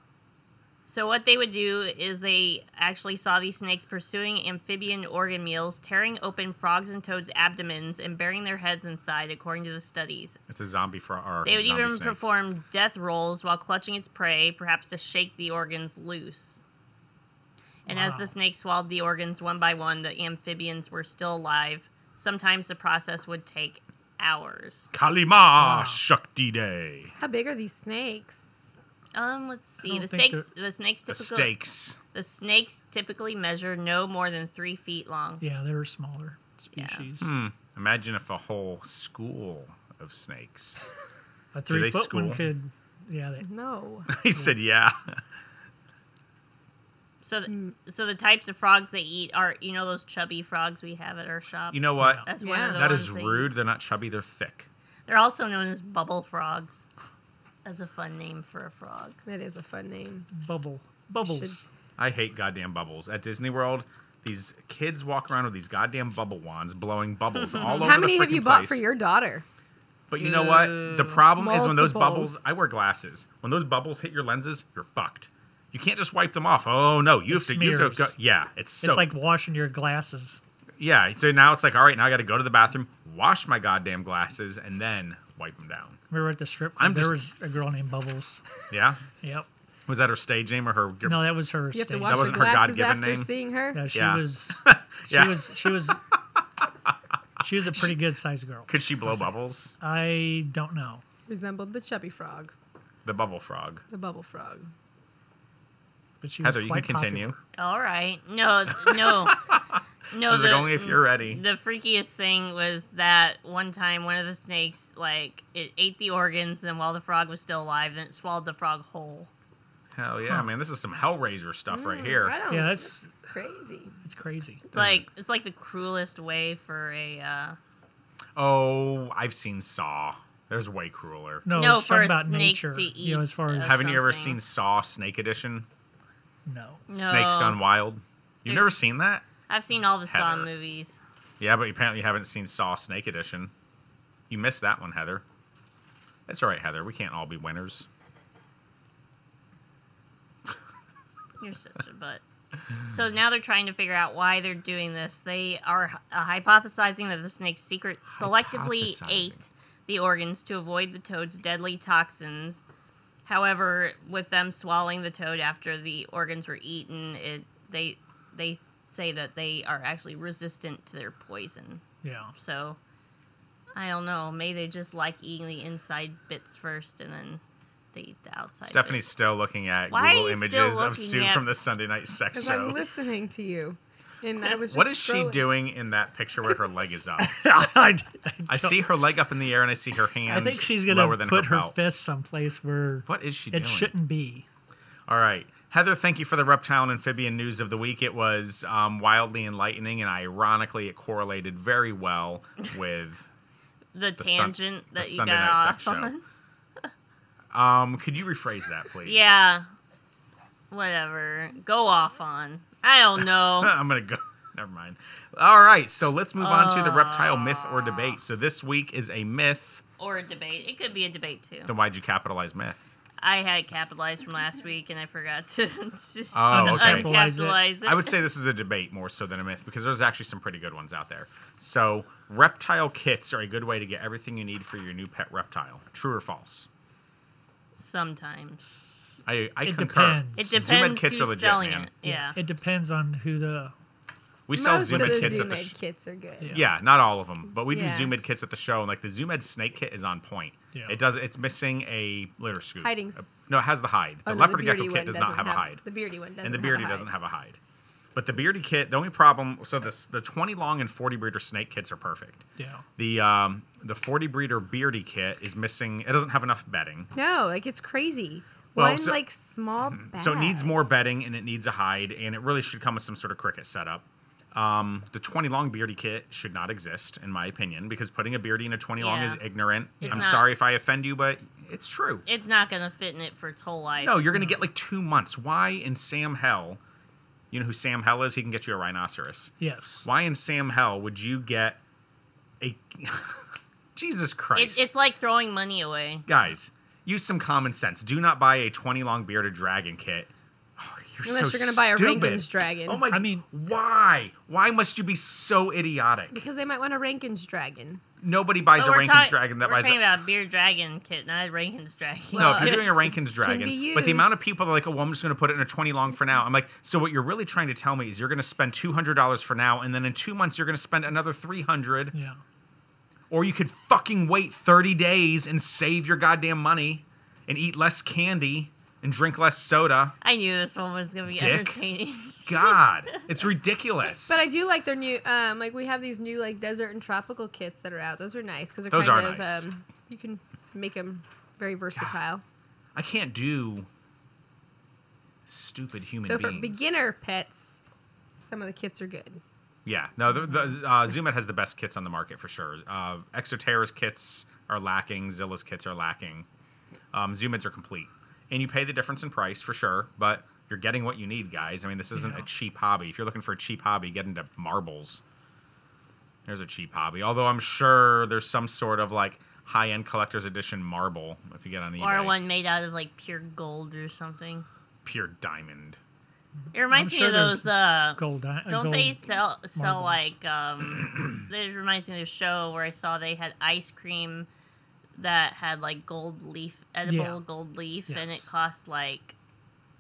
Speaker 4: So what they would do is they actually saw these snakes pursuing amphibian organ meals, tearing open frogs and toads' abdomens and burying their heads inside, according to the studies.
Speaker 1: It's a zombie frog. or
Speaker 4: They would
Speaker 1: zombie
Speaker 4: even
Speaker 1: snake.
Speaker 4: perform death rolls while clutching its prey, perhaps to shake the organs loose. And as
Speaker 2: Wow.
Speaker 4: the snake swallowed the organs one by one, the amphibians were still alive. Sometimes the process would take hours.
Speaker 1: Kalima
Speaker 2: Wow.
Speaker 1: Shakti Day.
Speaker 3: How big are these snakes?
Speaker 4: Um, let's see.
Speaker 2: don't
Speaker 4: The
Speaker 2: think
Speaker 4: snakes, the snakes
Speaker 1: The
Speaker 4: typically
Speaker 1: stakes.
Speaker 4: the snakes typically measure no more than three feet long.
Speaker 2: Yeah, they're a smaller
Speaker 4: Yeah.
Speaker 2: species.
Speaker 1: Hmm. Imagine if a whole school of
Speaker 3: [LAUGHS]
Speaker 1: snakes.
Speaker 2: A
Speaker 1: Do they
Speaker 2: three foot one
Speaker 1: school?
Speaker 2: could. Yeah, they,
Speaker 3: No.
Speaker 1: he said, "Yeah."
Speaker 4: So, th- so the types of frogs they eat are, you know, those chubby frogs we have at our shop.
Speaker 1: You know what?
Speaker 4: That's one
Speaker 3: Yeah.
Speaker 4: of the
Speaker 1: That
Speaker 4: ones
Speaker 1: is
Speaker 4: they eat.
Speaker 1: rude. They're not chubby. They're thick.
Speaker 4: They're also known as bubble frogs. That's a fun name for a frog.
Speaker 3: That is a
Speaker 1: [LAUGHS]
Speaker 3: fun name.
Speaker 2: bubble bubbles.
Speaker 1: I hate goddamn bubbles. At Disney World, these kids walk around with these goddamn bubble wands blowing
Speaker 3: [LAUGHS]
Speaker 1: bubbles all over
Speaker 3: How
Speaker 1: the
Speaker 3: many have
Speaker 1: freaking
Speaker 3: you bought
Speaker 1: place.
Speaker 3: for your daughter?
Speaker 1: But you know what? The problem is when those
Speaker 3: Multiples.
Speaker 1: bubbles, I wear glasses. When those bubbles hit your lenses, you're fucked. You can't just wipe them off. Oh no, you have
Speaker 2: It
Speaker 1: to you have to go,
Speaker 2: smears.
Speaker 1: yeah, it's so
Speaker 2: it's like washing your glasses.
Speaker 1: yeah, so now it's like all right, now I got to go to the bathroom, wash my goddamn glasses and then wipe them down.
Speaker 2: Remember at the strip club,
Speaker 1: I'm
Speaker 2: there
Speaker 1: just-
Speaker 2: was a girl
Speaker 1: [LAUGHS]
Speaker 2: named Bubbles.
Speaker 1: Yeah?
Speaker 2: Yep.
Speaker 1: Was that her stage name or her
Speaker 2: No, that was her.
Speaker 3: You have to
Speaker 2: stage.
Speaker 3: wash your
Speaker 1: wasn't her
Speaker 3: glasses
Speaker 1: God-given
Speaker 3: after
Speaker 1: name?
Speaker 3: seeing her.
Speaker 2: No, she
Speaker 1: Yeah.
Speaker 2: was.
Speaker 1: [LAUGHS]
Speaker 2: She
Speaker 1: Yeah.
Speaker 2: was. She was. She was a pretty good sized girl.
Speaker 1: Could she blow bubbles?
Speaker 2: I don't know.
Speaker 3: resembled the chubby frog,
Speaker 1: the bubble frog.
Speaker 3: the bubble frog.
Speaker 2: But she
Speaker 1: Heather,
Speaker 2: was
Speaker 1: you can
Speaker 2: quite popular.
Speaker 1: continue.
Speaker 4: All right. No,
Speaker 1: [LAUGHS]
Speaker 4: no. No,
Speaker 1: She's like, "Only if you're ready."
Speaker 4: The freakiest thing was that one time one of the snakes like it ate the organs, then while the frog was still alive, then it swallowed the frog whole.
Speaker 1: Hell yeah,
Speaker 2: Huh.
Speaker 1: man! This is some Hellraiser stuff right
Speaker 3: Mm,
Speaker 1: here.
Speaker 3: I don't,
Speaker 2: Yeah,
Speaker 3: yeah,
Speaker 2: that's-
Speaker 3: that's crazy.
Speaker 2: It's crazy.
Speaker 4: It's like it's like the cruelest way for a uh,
Speaker 1: Oh, I've seen Saw. There's way crueler.
Speaker 2: No,
Speaker 4: No,
Speaker 2: it's
Speaker 4: for
Speaker 2: talking
Speaker 4: a
Speaker 2: about
Speaker 4: snake
Speaker 2: nature.
Speaker 4: to
Speaker 2: you know,
Speaker 4: eat uh,
Speaker 2: as far
Speaker 4: a-
Speaker 2: as
Speaker 1: Haven't you ever seen
Speaker 4: something.
Speaker 1: Saw Snake Edition?
Speaker 2: no.
Speaker 1: Snakes
Speaker 4: No.
Speaker 1: Gone Wild. You've
Speaker 4: There's-
Speaker 1: never seen that?
Speaker 4: I've seen all the Saw
Speaker 1: Heather.
Speaker 4: movies.
Speaker 1: Yeah, but apparently you haven't seen Saw Snake Edition. You missed that one, Heather. That's all right, Heather. We can't all be winners.
Speaker 4: You're such a butt. So now they're trying to figure out why they're doing this. They are h- uh, hypothesizing that the snake secret selectively
Speaker 1: Hypothesizing.
Speaker 4: ate the organs to avoid the toad's deadly toxins. However, with them swallowing the toad after the organs were eaten, it they they say that they are actually resistant to their poison.
Speaker 2: Yeah. [LAUGHS]
Speaker 4: So I don't know. Maybe they just like eating the inside bits first, and then they eat the outside.
Speaker 1: Stephanie's
Speaker 4: bits.
Speaker 1: still looking at
Speaker 4: Why are
Speaker 1: Google
Speaker 4: you still
Speaker 1: images of
Speaker 4: looking
Speaker 1: Sue
Speaker 4: at-
Speaker 1: from the Sunday
Speaker 4: [LAUGHS]
Speaker 1: night sex
Speaker 3: Because
Speaker 1: show.
Speaker 3: I'm listening to you, and
Speaker 1: [LAUGHS]
Speaker 3: I was. Just
Speaker 1: What is she
Speaker 3: scrolling.
Speaker 1: doing in that picture where her leg is
Speaker 4: [LAUGHS]
Speaker 1: up?
Speaker 2: I,
Speaker 1: I
Speaker 2: don't-
Speaker 1: see her leg up in the air and I see her hand
Speaker 2: I think she's gonna
Speaker 1: lower than
Speaker 2: put
Speaker 1: her,
Speaker 2: her,
Speaker 1: belt.
Speaker 2: fist someplace where
Speaker 1: What is she
Speaker 2: it
Speaker 1: doing?
Speaker 2: shouldn't be.
Speaker 1: All right. Heather, thank you for the reptile amphibian news of the week. It was um, wildly enlightening, and ironically, it correlated very well with.
Speaker 4: the
Speaker 1: the sun-
Speaker 4: tangent
Speaker 1: the
Speaker 4: that you
Speaker 1: Sunday
Speaker 4: got
Speaker 1: night
Speaker 4: off
Speaker 1: sex show.
Speaker 4: on.
Speaker 1: Um, could you rephrase that, please?
Speaker 4: Yeah. Whatever. Go off on. I don't know.
Speaker 1: [LAUGHS] [LAUGHS] I'm gonna go. Never mind. All right, so let's move on to the reptile myth or debate. So this week is a myth.
Speaker 4: or a debate. It could be a debate too.
Speaker 1: Then why'd you capitalize myth?
Speaker 4: I had capitalized from last week and I forgot to [LAUGHS] just
Speaker 1: Oh, okay.
Speaker 4: uncapitalize it.
Speaker 1: I would say this is a debate more so than a myth because there's actually some pretty good ones out there. So reptile kits are a good way to get everything you need for your new pet reptile. True or false?
Speaker 4: sometimes.
Speaker 1: I, I concur.
Speaker 2: It depends.
Speaker 4: It
Speaker 2: Zoomed
Speaker 4: depends
Speaker 1: kits
Speaker 4: who's
Speaker 1: are legit,
Speaker 4: selling
Speaker 1: man.
Speaker 4: it. Yeah.
Speaker 2: It depends on who the
Speaker 1: We sell
Speaker 3: Most of
Speaker 1: Zoomed
Speaker 3: the
Speaker 1: kits at the
Speaker 3: Zoomed
Speaker 1: sh-
Speaker 3: kits are good.
Speaker 2: Yeah.
Speaker 1: Yeah, not all of them, but we
Speaker 3: Yeah.
Speaker 1: do Zoomed kits at the show, and like the Zoomed snake kit is on point.
Speaker 2: Yeah.
Speaker 1: It does. It's missing a litter scoop.
Speaker 3: Hiding
Speaker 1: Uh,
Speaker 3: s-
Speaker 1: No, it has the hide. The
Speaker 3: Oh, no,
Speaker 1: leopard
Speaker 3: beardy
Speaker 1: gecko
Speaker 3: one
Speaker 1: kit does not
Speaker 3: doesn't
Speaker 1: have, a hide,
Speaker 3: The beardy one doesn't.
Speaker 1: and the beardy
Speaker 3: have a
Speaker 1: doesn't
Speaker 3: hide.
Speaker 1: have a hide. But the beardy kit, the only problem. So the the twenty long and forty breeder snake kits are perfect.
Speaker 2: yeah.
Speaker 1: The um the forty breeder beardy kit is missing. It doesn't have enough bedding.
Speaker 3: No, like it's crazy.
Speaker 1: Well,
Speaker 3: One
Speaker 1: so-
Speaker 3: like small
Speaker 1: [LAUGHS]
Speaker 3: bag.
Speaker 1: So it needs more bedding and it needs a hide, and it really should come with some sort of cricket setup. Um, the 20 long beardy kit should not exist, in my opinion, because putting a beardy in a 20 long is
Speaker 4: Yeah.
Speaker 1: ignorant.
Speaker 4: It's
Speaker 1: I'm
Speaker 4: not.
Speaker 1: sorry if I offend you, but it's true.
Speaker 4: It's not gonna fit in it for its whole life.
Speaker 1: no, you're going to get like two months. Why in Sam Hell, you know who Sam Hell is? He can get you a rhinoceros.
Speaker 2: Yes.
Speaker 1: Why in Sam Hell would you get a. [LAUGHS] Jesus
Speaker 4: It,
Speaker 1: Christ.
Speaker 4: it's like throwing money away.
Speaker 1: Guys, use some common sense. Do not buy a 20 long bearded dragon kit. Oh, you're
Speaker 3: Unless
Speaker 1: so
Speaker 3: you're gonna buy a
Speaker 1: stupid.
Speaker 3: Rankin's dragon.
Speaker 1: Oh my!
Speaker 2: I mean-
Speaker 1: why? Why must you be so idiotic?
Speaker 3: Because they might want a Rankin's dragon.
Speaker 1: Nobody buys
Speaker 4: But
Speaker 1: a
Speaker 4: we're
Speaker 1: Rankin's
Speaker 4: talk-
Speaker 1: dragon that
Speaker 4: we're
Speaker 1: buys.
Speaker 4: talking
Speaker 1: A,
Speaker 4: about beer dragon kit, not Rankin's dragon.
Speaker 1: no,
Speaker 4: [LAUGHS]
Speaker 1: if you're doing a Rankin's
Speaker 3: be
Speaker 1: dragon, but the amount of
Speaker 3: used.
Speaker 1: people that are like, oh, well, I'm just going to put it in a 20 long for now. I'm like, so what you're really trying to tell me is you're going to spend $200 for now, and then in two months you're going to spend another 300,
Speaker 2: Yeah.
Speaker 1: or you could fucking wait 30 days and save your goddamn money, and eat less candy and drink less soda.
Speaker 4: I knew this one was gonna be
Speaker 1: Dick.
Speaker 4: entertaining.
Speaker 1: God, it's ridiculous.
Speaker 3: But I do like their new, um, like we have these new like desert and tropical kits that are out. Those are nice because they're
Speaker 1: Those
Speaker 3: kind
Speaker 1: are
Speaker 3: of
Speaker 1: nice.
Speaker 3: um, you can make them very versatile.
Speaker 1: I can't do stupid human
Speaker 3: So for
Speaker 1: beings.
Speaker 3: beginner pets, some of the kits are good.
Speaker 1: yeah, no, the, the, uh, Zoomed has the best kits on the market for sure. Uh, Exoterra's kits are lacking, Zilla's kits are lacking. Um, Zoomeds are complete, and you pay the difference in price for sure, but you're getting what you need, guys. I mean, this isn't
Speaker 2: Yeah.
Speaker 1: a cheap hobby. If you're looking for a cheap hobby, get into marbles. There's a cheap hobby, although I'm sure there's some sort of like high-end collector's edition marble if you get on eBay.
Speaker 4: or one made out of like pure gold or something.
Speaker 1: pure diamond.
Speaker 4: It reminds
Speaker 2: sure
Speaker 4: me of
Speaker 2: there's
Speaker 4: those. Uh,
Speaker 2: Gold. Uh,
Speaker 4: don't
Speaker 2: gold.
Speaker 4: they sell
Speaker 2: marble.
Speaker 4: sell like? Um, [CLEARS THROAT] it reminds me of the show where I saw they had ice cream that had like gold leaf, edible
Speaker 2: Yeah.
Speaker 4: gold leaf, and it
Speaker 2: Yes.
Speaker 4: cost like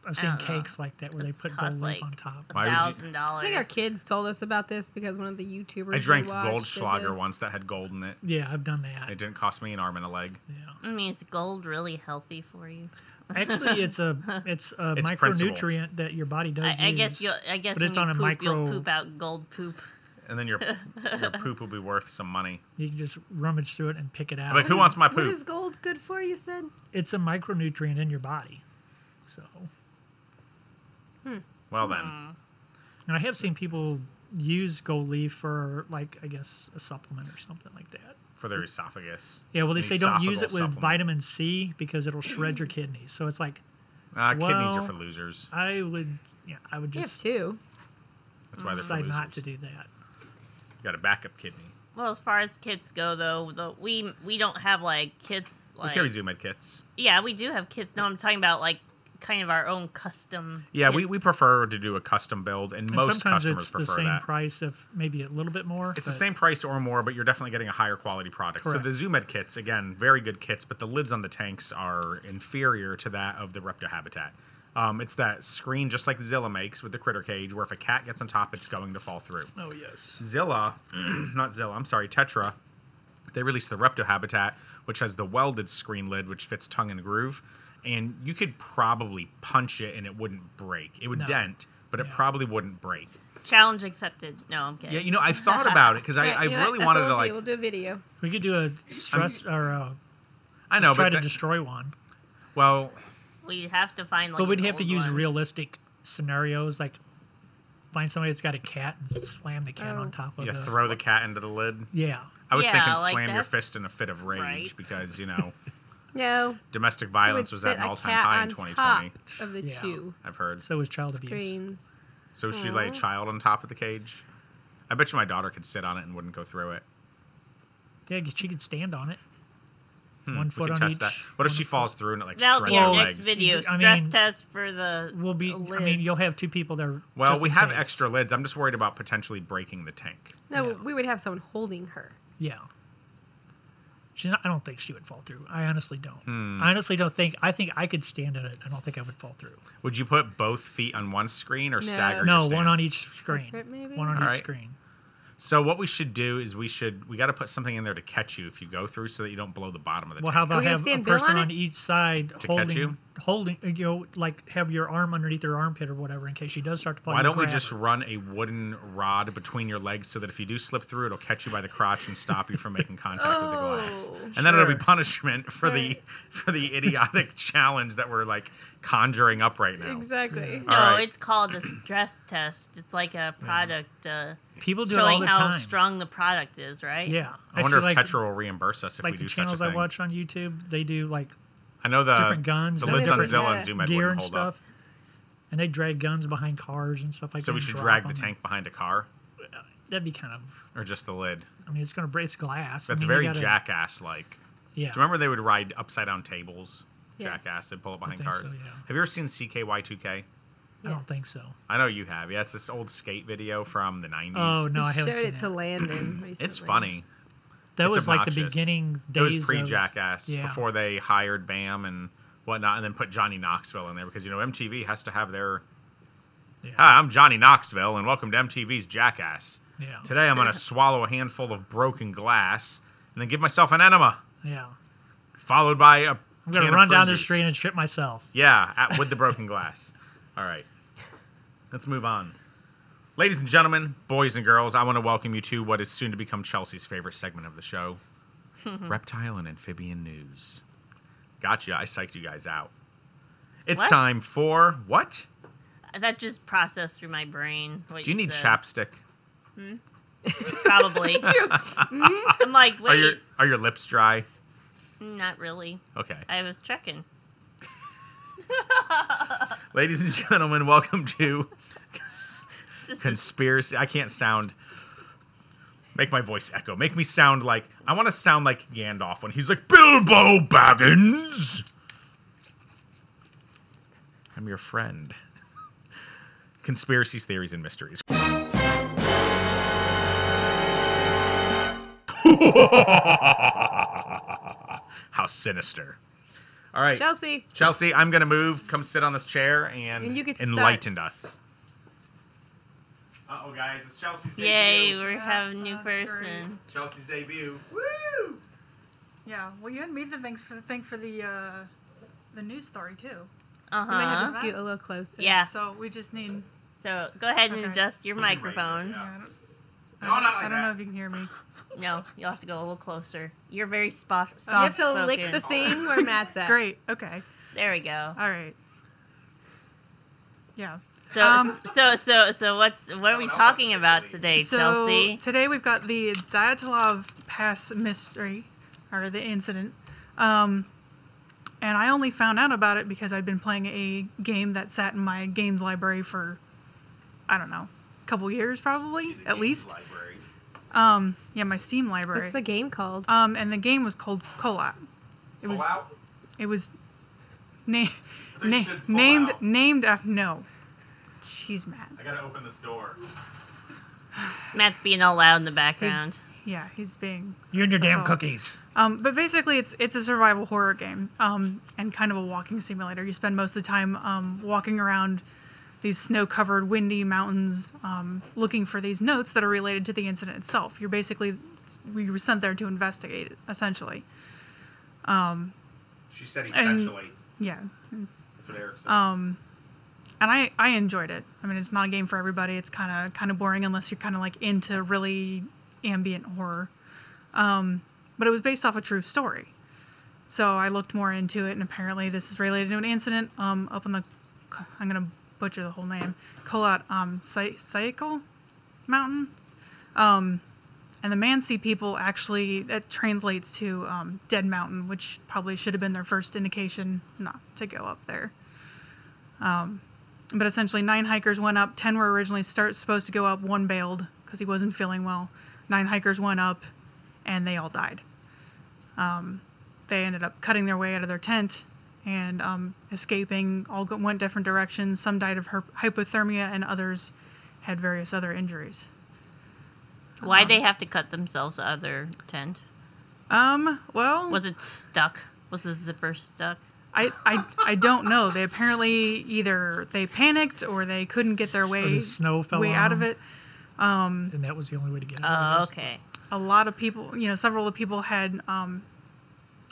Speaker 2: I've seen
Speaker 4: don't know.
Speaker 2: cakes like that where they put
Speaker 4: costs,
Speaker 2: gold leaf
Speaker 4: like-
Speaker 2: on top.
Speaker 1: Why would you-
Speaker 4: thousand
Speaker 3: I think our
Speaker 4: dollars.
Speaker 3: kids told us about this because one of the YouTubers
Speaker 1: I drank
Speaker 3: we watched did
Speaker 1: Goldschlager
Speaker 3: this.
Speaker 1: once that had gold in it.
Speaker 2: Yeah, I've done that.
Speaker 1: It didn't cost me an arm and a leg.
Speaker 2: Yeah.
Speaker 4: I mean, is gold really healthy for you? [LAUGHS]
Speaker 2: Actually, it's a it's a
Speaker 1: It's
Speaker 2: micronutrient
Speaker 1: principle.
Speaker 2: that your body does.
Speaker 4: I, I guess
Speaker 2: use.
Speaker 4: you'll. I guess
Speaker 2: but
Speaker 4: when
Speaker 2: it's
Speaker 4: you
Speaker 2: on a
Speaker 4: poop,
Speaker 2: micro-
Speaker 4: you'll poop out gold poop.
Speaker 1: And then your your poop will be worth some money.
Speaker 2: you can just rummage through it and pick it out.
Speaker 1: Like, who wants my
Speaker 3: What
Speaker 1: poop?
Speaker 3: is gold good for? You said.
Speaker 2: it's a micronutrient in your body. So,
Speaker 1: well then,
Speaker 4: Mm.
Speaker 2: and I have seen people use gold leaf for like I guess a supplement or something like that.
Speaker 1: for their esophagus.
Speaker 2: Yeah, well they
Speaker 1: An
Speaker 2: say don't use
Speaker 1: esophageal
Speaker 2: it with
Speaker 1: supplement.
Speaker 2: vitamin C because it'll shred
Speaker 1: [CLEARS THROAT]
Speaker 2: your kidneys. So it's like
Speaker 1: Uh, kidneys
Speaker 2: Well-
Speaker 1: are for losers.
Speaker 2: I would yeah, I would
Speaker 3: You have
Speaker 2: just
Speaker 3: two.
Speaker 1: That's why they're for
Speaker 2: decide
Speaker 1: losers.
Speaker 2: not to do that.
Speaker 1: You got a backup kidney.
Speaker 4: Well, as far as kits go, though, the, we we don't have like kits.
Speaker 1: we
Speaker 4: Like,
Speaker 1: carry Zoomed kits.
Speaker 4: yeah, we do have kits. No, I'm talking about like kind of our own custom.
Speaker 1: Yeah, we,
Speaker 4: kits.
Speaker 1: we prefer to do a custom build, and,
Speaker 2: And
Speaker 1: most
Speaker 2: sometimes
Speaker 1: customers
Speaker 2: it's the
Speaker 1: prefer
Speaker 2: same
Speaker 1: that.
Speaker 2: price if maybe a little bit more.
Speaker 1: It's the
Speaker 2: but-
Speaker 1: same price or more, but you're definitely getting a higher quality product.
Speaker 2: Correct.
Speaker 1: So the Zoomed kits, again, very good kits, but the lids on the tanks are inferior to that of the Reptohabitat. Um, it's that screen just like Zilla makes with the critter cage, where if a cat gets on top, it's going to fall through.
Speaker 2: Oh yes.
Speaker 1: Zilla, [CLEARS THROAT] not Zilla, I'm sorry, Tetra, they released the Repto Habitat, which has the welded screen lid, which fits tongue and groove. And you could probably punch it and it wouldn't break. It would
Speaker 2: No.
Speaker 1: dent, but it
Speaker 2: Yeah.
Speaker 1: probably wouldn't break.
Speaker 4: challenge accepted. No, I'm kidding.
Speaker 1: Yeah, you know, I thought about it because I,
Speaker 3: [LAUGHS] Right,
Speaker 1: I
Speaker 3: you know what?
Speaker 1: really
Speaker 3: That's
Speaker 1: wanted
Speaker 3: what
Speaker 1: to,
Speaker 3: we'll
Speaker 1: like,
Speaker 3: Do. We'll do a video.
Speaker 2: We could do a stress or a,
Speaker 1: I know,
Speaker 2: try
Speaker 1: but
Speaker 2: to
Speaker 1: that-
Speaker 2: destroy one.
Speaker 1: well,
Speaker 4: we have to find like.
Speaker 2: But we'd
Speaker 4: an
Speaker 2: have to
Speaker 4: old
Speaker 2: use
Speaker 4: one.
Speaker 2: realistic scenarios, like find somebody that's got a cat and slam the cat
Speaker 3: Oh.
Speaker 2: on top of
Speaker 1: you
Speaker 2: the.
Speaker 1: throw the cat into the lid.
Speaker 2: yeah,
Speaker 1: I was
Speaker 4: Yeah,
Speaker 1: thinking
Speaker 4: like
Speaker 1: slam your
Speaker 4: that's
Speaker 1: fist in a fit of rage
Speaker 4: right.
Speaker 1: because,
Speaker 3: [LAUGHS]
Speaker 1: you know,
Speaker 3: No.
Speaker 1: domestic violence
Speaker 3: would
Speaker 1: was at
Speaker 3: fit
Speaker 1: an
Speaker 3: a
Speaker 1: all time
Speaker 3: cat
Speaker 1: high in
Speaker 3: on
Speaker 1: 2020.
Speaker 3: top Of the
Speaker 2: Yeah.
Speaker 3: two
Speaker 1: I've heard.
Speaker 2: so was child abuse.
Speaker 3: screens.
Speaker 1: So she lay a
Speaker 3: Aw.
Speaker 1: child on top of the cage. I bet you my daughter could sit on it and wouldn't go through it.
Speaker 2: Yeah, she could stand on it.
Speaker 1: Hmm,
Speaker 2: One
Speaker 1: we can
Speaker 2: foot on
Speaker 1: test
Speaker 2: each-
Speaker 1: that. What if
Speaker 2: one
Speaker 1: she
Speaker 2: foot.
Speaker 1: falls through and it like
Speaker 4: That'll
Speaker 1: shreds
Speaker 4: be
Speaker 2: Well,
Speaker 1: her
Speaker 4: our
Speaker 2: like,
Speaker 1: legs?
Speaker 4: next video.
Speaker 2: I
Speaker 4: Stress
Speaker 2: mean-
Speaker 4: test for the.
Speaker 2: We'll be. I mean,
Speaker 4: lids.
Speaker 2: you'll have two people there.
Speaker 1: Well,
Speaker 2: just
Speaker 1: we
Speaker 2: in
Speaker 1: have
Speaker 2: case.
Speaker 1: extra lids. I'm just worried about potentially breaking the tank.
Speaker 3: No,
Speaker 2: Yeah.
Speaker 3: we would have someone holding her.
Speaker 2: Yeah. She's not, I don't think she would fall through. I honestly don't.
Speaker 1: Hmm.
Speaker 2: I honestly don't think. I think I could stand on it. I don't think I would fall through.
Speaker 1: Would you put both feet on one screen or
Speaker 3: No.
Speaker 1: stagger?
Speaker 2: No,
Speaker 1: your
Speaker 2: one on
Speaker 1: stance?
Speaker 2: each screen.
Speaker 3: Separate, maybe?
Speaker 2: One on
Speaker 1: All
Speaker 2: each
Speaker 1: right.
Speaker 2: screen.
Speaker 1: So what we should do is we should we got to put something in there to catch you if you go through, so that you don't blow the bottom of the
Speaker 2: Well, how
Speaker 1: tank.
Speaker 2: about
Speaker 3: we gonna
Speaker 2: have a
Speaker 3: stand Bill
Speaker 2: person
Speaker 3: on
Speaker 2: on
Speaker 3: it?
Speaker 2: each side
Speaker 1: catch
Speaker 2: holding,
Speaker 1: you?
Speaker 2: holding, you know, like have your arm underneath her armpit or whatever in case she does start to fall.
Speaker 1: Why
Speaker 2: you
Speaker 1: don't we
Speaker 2: grab
Speaker 1: just
Speaker 2: her.
Speaker 1: run a wooden rod between your legs so that if you do slip through, it'll catch you by the crotch and stop you from making contact with the glass.
Speaker 3: Oh,
Speaker 1: And then it'll be
Speaker 2: sure.
Speaker 1: punishment for the
Speaker 3: Right.
Speaker 1: [LAUGHS] for the idiotic challenge that we're like conjuring up right now.
Speaker 3: Exactly.
Speaker 1: All
Speaker 4: No,
Speaker 1: right.
Speaker 4: it's called a stress test. It's like a product uh,
Speaker 2: people do it all
Speaker 4: showing
Speaker 2: the
Speaker 4: how
Speaker 2: time?
Speaker 4: strong the product is, right?
Speaker 2: Yeah,
Speaker 1: I wonder if
Speaker 2: see, like,
Speaker 1: Tetra will reimburse us if
Speaker 2: like
Speaker 1: we
Speaker 2: the
Speaker 1: do such a
Speaker 2: channels
Speaker 1: thing.
Speaker 2: I watch on YouTube, they do like
Speaker 1: I know the
Speaker 2: different guns
Speaker 1: the
Speaker 2: and
Speaker 1: lids on
Speaker 2: different
Speaker 1: Zilla and Zoomed
Speaker 2: gear
Speaker 1: wouldn't
Speaker 2: and
Speaker 1: hold
Speaker 2: stuff,
Speaker 1: up.
Speaker 2: and they drag guns behind cars and stuff like that.
Speaker 1: So we
Speaker 2: and
Speaker 1: should
Speaker 2: drop
Speaker 1: drag the
Speaker 2: them.
Speaker 1: tank behind a car
Speaker 2: That'd be kind of.
Speaker 1: or just the lid.
Speaker 2: I mean, it's gonna break it's glass. I
Speaker 1: That's
Speaker 2: mean, you
Speaker 1: very
Speaker 2: gotta-
Speaker 1: jackass like.
Speaker 2: Yeah.
Speaker 1: Do you remember they would ride upside down tables?
Speaker 3: Yes.
Speaker 1: Jackass, they'd pull up behind
Speaker 2: think
Speaker 1: cars.
Speaker 2: so, yeah.
Speaker 1: Have you ever seen CKY2K?
Speaker 2: I
Speaker 3: Yes.
Speaker 2: don't think so.
Speaker 1: I know you have. Yeah, it's this old skate video from the 90s.
Speaker 2: Oh no,
Speaker 3: We
Speaker 2: I haven't
Speaker 3: showed
Speaker 2: seen
Speaker 3: it
Speaker 2: that.
Speaker 3: to Landon recently.
Speaker 1: It's funny.
Speaker 2: that
Speaker 1: it's
Speaker 2: was like the
Speaker 1: obnoxious.
Speaker 2: beginning
Speaker 1: It
Speaker 2: days.
Speaker 1: was pre Jackass
Speaker 2: yeah.
Speaker 1: before they hired Bam and whatnot and then put Johnny Knoxville in there because, you know, MTV has to have their.
Speaker 2: Yeah.
Speaker 1: Hi, I'm Johnny Knoxville and welcome to MTV's Jackass.
Speaker 2: Of, yeah.
Speaker 1: Today I'm going to swallow a handful of broken glass and then give myself an enema,
Speaker 2: Yeah.
Speaker 1: followed by a.
Speaker 2: I'm gonna
Speaker 1: can of
Speaker 2: run down
Speaker 1: prune
Speaker 2: the
Speaker 1: juice.
Speaker 2: street and shit myself.
Speaker 1: Yeah, at, with the broken glass. [LAUGHS] All right. Let's move on. Ladies and gentlemen, boys and girls, I want to welcome you to what is soon to become Chelsea's favorite segment of the
Speaker 4: [LAUGHS]
Speaker 1: show Reptile and Amphibian News. Gotcha. I psyched you guys out. It's
Speaker 4: What?
Speaker 1: time for what?
Speaker 4: That just processed through my brain. What
Speaker 1: Do you need
Speaker 4: said.
Speaker 1: chapstick?
Speaker 4: [LAUGHS] Probably.
Speaker 2: [LAUGHS] mm-hmm.
Speaker 4: I'm like,
Speaker 1: Are your
Speaker 4: wait,
Speaker 1: are your lips dry?
Speaker 4: not really.
Speaker 1: Okay.
Speaker 4: I was checking.
Speaker 1: Ladies and gentlemen, welcome to conspiracy. I can't sound. Make my voice echo. Make me sound like I want to sound like Gandalf when he's like Bilbo Baggins. I'm your friend. Conspiracies, theories, and mysteries. How sinister. All All right.
Speaker 3: Chelsea.
Speaker 1: Chelsea, I'm going to move. Come sit on this chair and,
Speaker 3: And you get to start.
Speaker 1: enlightened us. Uh oh, guys. It's Chelsea's
Speaker 4: Yay,
Speaker 1: debut.
Speaker 4: we have a new
Speaker 6: That's great.
Speaker 4: person.
Speaker 1: Chelsea's debut.
Speaker 6: Woo! Yeah. Well, you had me the thanks for the thing for the uh, the news story too.
Speaker 3: You
Speaker 4: Uh
Speaker 3: might have
Speaker 4: huh.
Speaker 6: Uh-huh.
Speaker 3: to scoot a little closer.
Speaker 4: Yeah.
Speaker 6: So we just need.
Speaker 4: So go ahead and
Speaker 6: Okay.
Speaker 4: adjust your
Speaker 1: You can raise it,
Speaker 4: microphone.
Speaker 1: yeah.
Speaker 6: Yeah, I don't, I
Speaker 1: No,
Speaker 6: don't-
Speaker 1: not like
Speaker 6: I don't
Speaker 1: that.
Speaker 6: know if you can hear me.
Speaker 4: [LAUGHS] No, you'll have to go a little closer. You're very soft.
Speaker 3: You have to lick the thing where Matt's at.
Speaker 6: Great. Okay.
Speaker 4: There we go.
Speaker 6: All right. Yeah.
Speaker 4: So
Speaker 6: Um,
Speaker 4: so so so what's what are we
Speaker 1: Someone else has
Speaker 4: talking
Speaker 1: to
Speaker 4: about
Speaker 1: lead.
Speaker 4: today,
Speaker 6: so
Speaker 4: Chelsea?
Speaker 6: today we've got the Dyatlov Pass mystery, or the incident. Um, and I only found out about it because I'd been playing a game that sat in my games library for, I don't know, a couple years probably,
Speaker 1: She's a
Speaker 6: at
Speaker 1: games
Speaker 6: least.
Speaker 1: library.
Speaker 6: Um, yeah, my Steam library.
Speaker 3: What's the game called?
Speaker 6: um, and the game was called Colot. It
Speaker 1: Pull
Speaker 6: was
Speaker 1: out.
Speaker 6: it was na-
Speaker 1: They
Speaker 6: [LAUGHS] na-
Speaker 1: should pull
Speaker 6: named
Speaker 1: out.
Speaker 6: named after no. Jeez, Matt.
Speaker 1: I got to open this door.
Speaker 4: Matt's being all loud in the
Speaker 6: He's-
Speaker 4: background.
Speaker 6: yeah, he's being
Speaker 2: You and your damn
Speaker 6: Oh.
Speaker 2: cookies.
Speaker 6: Um, but basically, it's it's a survival horror game um, and kind of a walking simulator. You spend most of the time um, walking around these snow-covered, windy mountains, um, looking for these notes that are related to the incident itself. You're basically we were sent there to investigate it, essentially. Um,
Speaker 1: She said
Speaker 6: And-
Speaker 1: essentially.
Speaker 6: yeah, it's-
Speaker 1: That's what Eric says.
Speaker 6: um, and I, I enjoyed it. I mean, it's not a game for everybody. It's kind of kind of boring unless you're kind of like into really ambient horror. Um, but it was based off a true story, so I looked more into it, and apparently this is related to an incident um, up in the I'm gonna butcher the whole name Kolot um, Sy- Syakel Mountain. Um, and the Mansi people actually that translates to um, Dead Mountain, which probably should have been their first indication not to go up there. Um, but essentially, nine hikers went up. Ten were originally start, supposed to go up. One bailed because he wasn't feeling well. Nine hikers went up, and they all died. Um, they ended up cutting their way out of their tent and um, escaping. All go- went different directions. Some died of her- hypothermia, and others had various other injuries.
Speaker 4: Why'd
Speaker 6: um,
Speaker 4: they have to cut themselves to other tent?
Speaker 6: Um. Well,
Speaker 4: Was it stuck? Was the zipper stuck?
Speaker 6: I, I I don't know. They apparently either they panicked or they couldn't get their
Speaker 2: Or
Speaker 6: way
Speaker 2: the snow fell
Speaker 6: way
Speaker 2: on
Speaker 6: out of
Speaker 2: them,
Speaker 6: it. Um,
Speaker 2: and that was the only way to get out.
Speaker 4: Oh,
Speaker 2: of it.
Speaker 4: okay.
Speaker 6: a lot of people, you know, several of the people had um,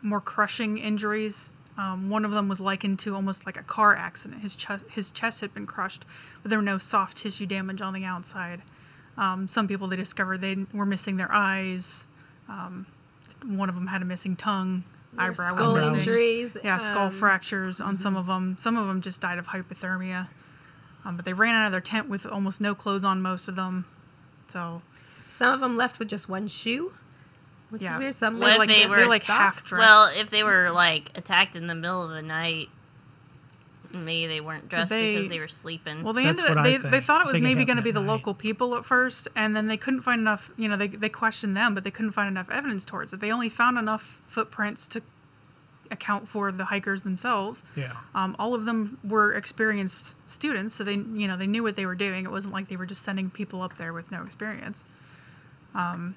Speaker 6: more crushing injuries. Um, one of them was likened to almost like a car accident. His chest his chest had been crushed, but there were no soft tissue damage on the outside. Um, some people they discovered they were missing their eyes. Um, one of them had a missing tongue.
Speaker 3: Your
Speaker 6: eyebrow was
Speaker 3: skull
Speaker 2: Eyebrows.
Speaker 6: missing.
Speaker 3: injuries.
Speaker 6: Yeah, skull
Speaker 3: um, mm-hmm.
Speaker 6: fractures on some of them. Some of them just died of hypothermia. Um, but they ran out of their tent with almost no clothes on, most of them. So
Speaker 3: Some of them left with just one shoe. Which
Speaker 6: Yeah.
Speaker 3: is weird. Some
Speaker 4: Well,
Speaker 3: left
Speaker 4: if they
Speaker 3: just
Speaker 4: were
Speaker 3: their
Speaker 6: like half
Speaker 3: socks.
Speaker 6: dressed.
Speaker 4: Well, if they were like attacked in the middle of the night, maybe they weren't dressed
Speaker 6: They-
Speaker 4: because they were sleeping.
Speaker 6: well, they
Speaker 2: Mm, That's
Speaker 6: ended.
Speaker 2: what
Speaker 6: Up,
Speaker 2: I
Speaker 6: they they
Speaker 2: think.
Speaker 6: thought
Speaker 2: I
Speaker 6: it was
Speaker 2: think it
Speaker 6: maybe going to
Speaker 2: happened
Speaker 6: be
Speaker 2: at
Speaker 6: the
Speaker 2: night.
Speaker 6: local people at first, and then they couldn't find enough. You know, they they questioned them, but they couldn't find enough evidence towards it. They only found enough footprints to account for the hikers themselves.
Speaker 2: Yeah.
Speaker 6: Um, all of them were experienced students, so they you know they knew what they were doing. It wasn't like they were just sending people up there with no experience. Um,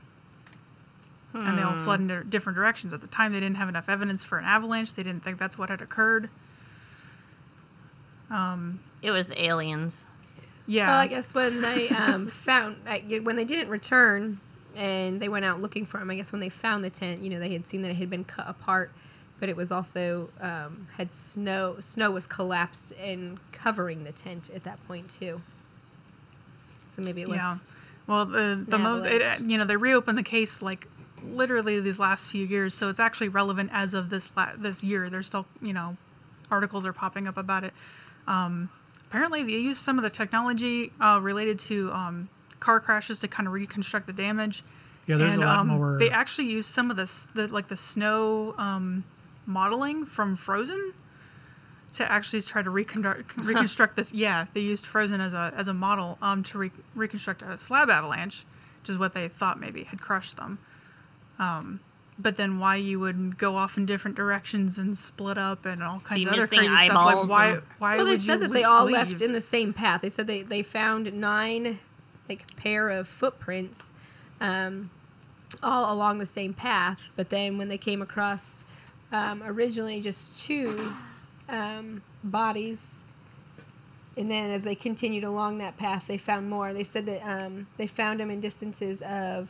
Speaker 6: and they all
Speaker 4: Hmm.
Speaker 6: fled in di- different directions. At the time, they didn't have enough evidence for an avalanche. They didn't think that's what had occurred. Um,
Speaker 4: It was aliens.
Speaker 6: yeah,
Speaker 3: Well, I guess when they
Speaker 6: [LAUGHS]
Speaker 3: um, found like, y- when they didn't return and they went out looking for him. I guess when they found the tent, you know, they had seen that it had been cut apart, but it was also um, had snow. Snow was collapsed and covering the tent at that point too. So maybe it was.
Speaker 6: Yeah. Well, the the
Speaker 3: Yeah,
Speaker 6: most
Speaker 3: but-
Speaker 6: it, uh, you know they reopened the case like literally these last few years, so it's actually relevant as of this la- this year. There's still you know articles are popping up about it. Um, apparently, they used some of the technology uh, related to um, car crashes to kind of reconstruct the damage.
Speaker 2: Yeah, there's
Speaker 6: and,
Speaker 2: a lot
Speaker 6: um,
Speaker 2: more.
Speaker 6: They actually used some of the, s- the like the snow um, modeling from Frozen to actually try
Speaker 3: [LAUGHS]
Speaker 6: to reconstruct reconstruct this. Yeah, they used Frozen as a as a model um, to re- reconstruct a slab avalanche, which is what they thought maybe had crushed them. Um, but then why you would go off in different directions and split up and all kinds of other
Speaker 4: missing
Speaker 6: crazy stuff.
Speaker 4: eyeballs
Speaker 6: Like why
Speaker 4: and-
Speaker 6: why
Speaker 3: Well, they
Speaker 6: would you
Speaker 3: said that they
Speaker 6: leave-
Speaker 3: all
Speaker 6: leave?
Speaker 3: left in the same path. They said they, they found nine, like pair of footprints, um, all along the same path. But then when they came across um, originally just two um, bodies. And then as they continued along that path, they found more. They said that um, they found them in distances of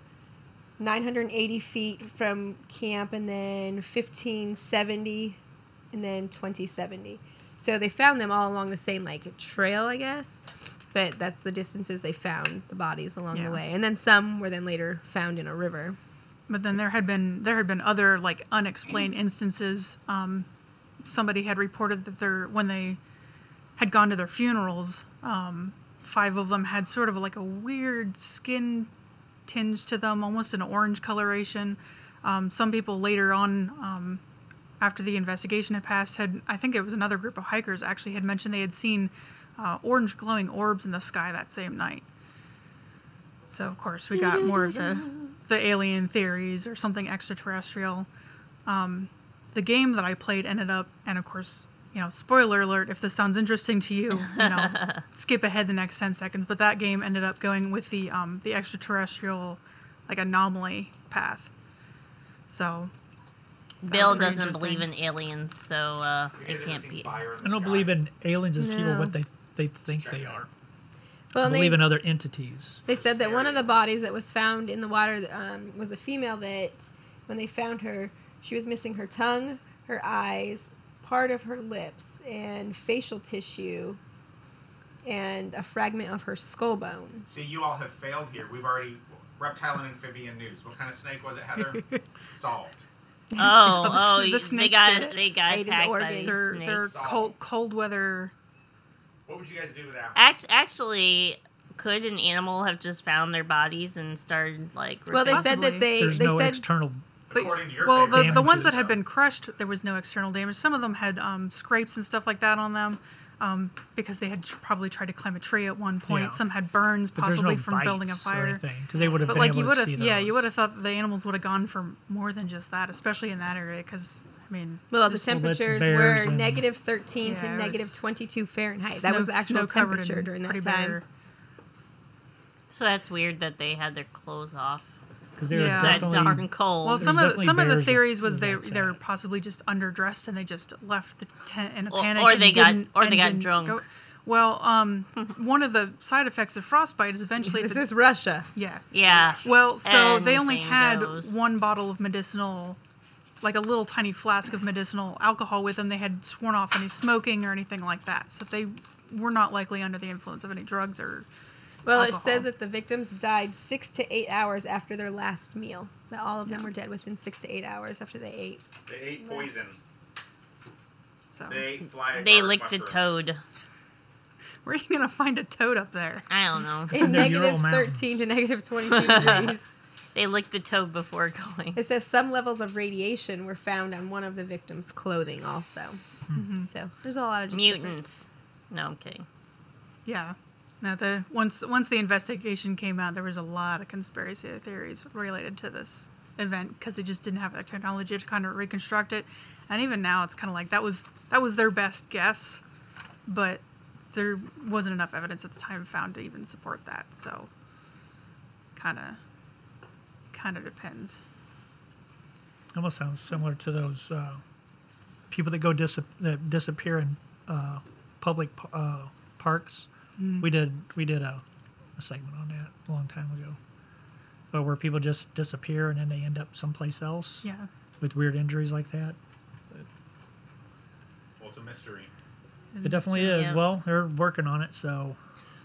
Speaker 3: 980 feet from camp, and then 1570, and then 2070. So they found them all along the same like trail, I guess. But that's the distances they found the bodies along
Speaker 6: Yeah.
Speaker 3: the way, and then some were then later found in a river.
Speaker 6: But then there had been there had been other like unexplained instances. Um, somebody had reported that their when they had gone to their funerals, um, five of them had sort of like a weird skin tinge to them, almost an orange coloration. Um, some people later on, um, after the investigation had passed, had I think it was another group of hikers actually had mentioned they had seen uh, orange glowing orbs in the sky that same night. So of course we got more of the the alien theories or something extraterrestrial. Um, the game that I played ended up, and of course, you know, spoiler alert. If this sounds interesting to you, you know, skip ahead the next ten seconds. But that game ended up going with the um, the extraterrestrial like anomaly path. So
Speaker 4: Bill
Speaker 6: very
Speaker 4: doesn't believe in
Speaker 6: interesting.
Speaker 4: aliens, so uh, it can't be.
Speaker 2: I don't believe in aliens as people,
Speaker 3: No.
Speaker 2: what they they think they are.
Speaker 3: Well,
Speaker 2: I
Speaker 3: and they-
Speaker 2: believe in other entities.
Speaker 3: They said that one of the bodies that was found in the water um, was a female that, when they found her, she was missing her tongue, her eyes, part of her lips, and facial tissue, and a fragment of her skull bone.
Speaker 1: See, you all have failed here. We've already reptile and amphibian news. What kind of snake was it,
Speaker 2: [LAUGHS]
Speaker 1: Heather? Solved.
Speaker 4: [LAUGHS] Oh,
Speaker 6: The
Speaker 4: oh,
Speaker 6: sn- the
Speaker 4: y- they
Speaker 6: snakes did
Speaker 4: got
Speaker 6: it.
Speaker 4: they got
Speaker 3: Ate his
Speaker 4: attacked by
Speaker 3: organs.
Speaker 4: these
Speaker 6: they're
Speaker 4: snakes.
Speaker 6: they're cold cold weather.
Speaker 1: What would you guys do without?
Speaker 4: Act- actually, could an animal have just found their bodies and started like?
Speaker 3: Well, they
Speaker 4: replacing-
Speaker 3: said that they
Speaker 2: There's
Speaker 3: they
Speaker 2: no
Speaker 3: said
Speaker 2: external.
Speaker 6: But-
Speaker 1: According to your
Speaker 6: well, the,
Speaker 1: favorite
Speaker 6: the ones
Speaker 1: damages,
Speaker 6: that had
Speaker 1: so-
Speaker 6: been crushed, there was no external damage. Some of them had um, scrapes and stuff like that on them um, because they had tr- probably tried to climb a tree at one point.
Speaker 2: Yeah.
Speaker 6: Some had burns,
Speaker 2: But there's
Speaker 6: possibly
Speaker 2: no
Speaker 6: from building a
Speaker 2: bites or
Speaker 6: fire.
Speaker 2: anything because they would have
Speaker 6: But
Speaker 2: been
Speaker 6: like
Speaker 2: able
Speaker 6: you
Speaker 2: to
Speaker 6: would have,
Speaker 2: see
Speaker 6: yeah, you
Speaker 2: those.
Speaker 6: would have thought that the animals would have gone for more than just that, especially in that area. Because I mean,
Speaker 3: well the
Speaker 6: just
Speaker 2: temp- that's
Speaker 3: temperatures
Speaker 2: bears
Speaker 3: were
Speaker 2: and-
Speaker 3: negative 13
Speaker 6: Yeah,
Speaker 3: to
Speaker 6: it
Speaker 3: negative
Speaker 6: was
Speaker 3: 22 Fahrenheit. that was
Speaker 6: snow-
Speaker 3: the actual
Speaker 6: snow-covered
Speaker 3: temperature
Speaker 6: and
Speaker 3: during
Speaker 6: pretty
Speaker 3: that time.
Speaker 6: bare.
Speaker 4: So that's weird that they had their clothes off.
Speaker 2: because they were
Speaker 6: Yeah.
Speaker 4: That
Speaker 2: definitely
Speaker 4: dark and cold.
Speaker 6: Well,
Speaker 2: there's
Speaker 6: some of the,
Speaker 2: definitely
Speaker 6: some of the
Speaker 2: bears
Speaker 6: theories
Speaker 2: that
Speaker 6: was
Speaker 2: live
Speaker 6: they they were
Speaker 2: outside.
Speaker 6: possibly just underdressed and they just left the tent in a
Speaker 4: Or-
Speaker 6: panic.
Speaker 4: or
Speaker 6: and
Speaker 4: they got-
Speaker 6: didn't-
Speaker 4: or they
Speaker 6: and
Speaker 4: got
Speaker 6: didn't
Speaker 4: drunk.
Speaker 6: go-
Speaker 4: [LAUGHS]
Speaker 6: Well, um, one of the side effects of frostbite
Speaker 2: [LAUGHS]
Speaker 6: is eventually if
Speaker 3: This
Speaker 6: it's,
Speaker 3: is Russia.
Speaker 6: [LAUGHS] yeah.
Speaker 4: yeah.
Speaker 6: Well, so they only
Speaker 4: Anything
Speaker 6: had
Speaker 4: goes.
Speaker 6: one bottle of medicinal, like a little tiny flask of medicinal alcohol with them. They had sworn off any smoking or anything like that, so they were not likely under the influence of any drugs or
Speaker 3: Well,
Speaker 6: alcohol.
Speaker 3: it says that the victims died six to eight hours after their last meal. That all of them were dead within six to eight hours after they ate.
Speaker 1: They ate poison.
Speaker 6: so.
Speaker 1: They ate fly.
Speaker 4: They
Speaker 1: guard
Speaker 4: licked a
Speaker 1: mushrooms.
Speaker 4: toad.
Speaker 6: Where are you [LAUGHS] gonna find a toad up there?
Speaker 4: I don't know.
Speaker 3: in
Speaker 2: in the Ural
Speaker 3: negative 13 to negative 22 degrees.
Speaker 4: They licked a toad before [LAUGHS] going.
Speaker 3: It says some levels of radiation were found on one of the victim's clothing, also. So there's a lot of just different-
Speaker 4: Mutants. No, I'm kidding.
Speaker 6: Yeah. Now the once once the investigation came out, there was a lot of conspiracy theories related to this event because they just didn't have the technology to kind of reconstruct it. And even now, it's kind of like that was that was their best guess, but there wasn't enough evidence at the time found to even support that. So, kind of, kind of depends.
Speaker 2: almost sounds similar to those uh, people that go dis- that disappear in uh, public p- uh, parks.
Speaker 6: Mm.
Speaker 2: We did we did a, a segment on that a long time ago, but where people just disappear and then they end up someplace else
Speaker 6: Yeah.
Speaker 2: with weird injuries like that.
Speaker 1: Well, it's a mystery.
Speaker 2: It definitely is.
Speaker 4: Yeah.
Speaker 2: Well, they're working on it, so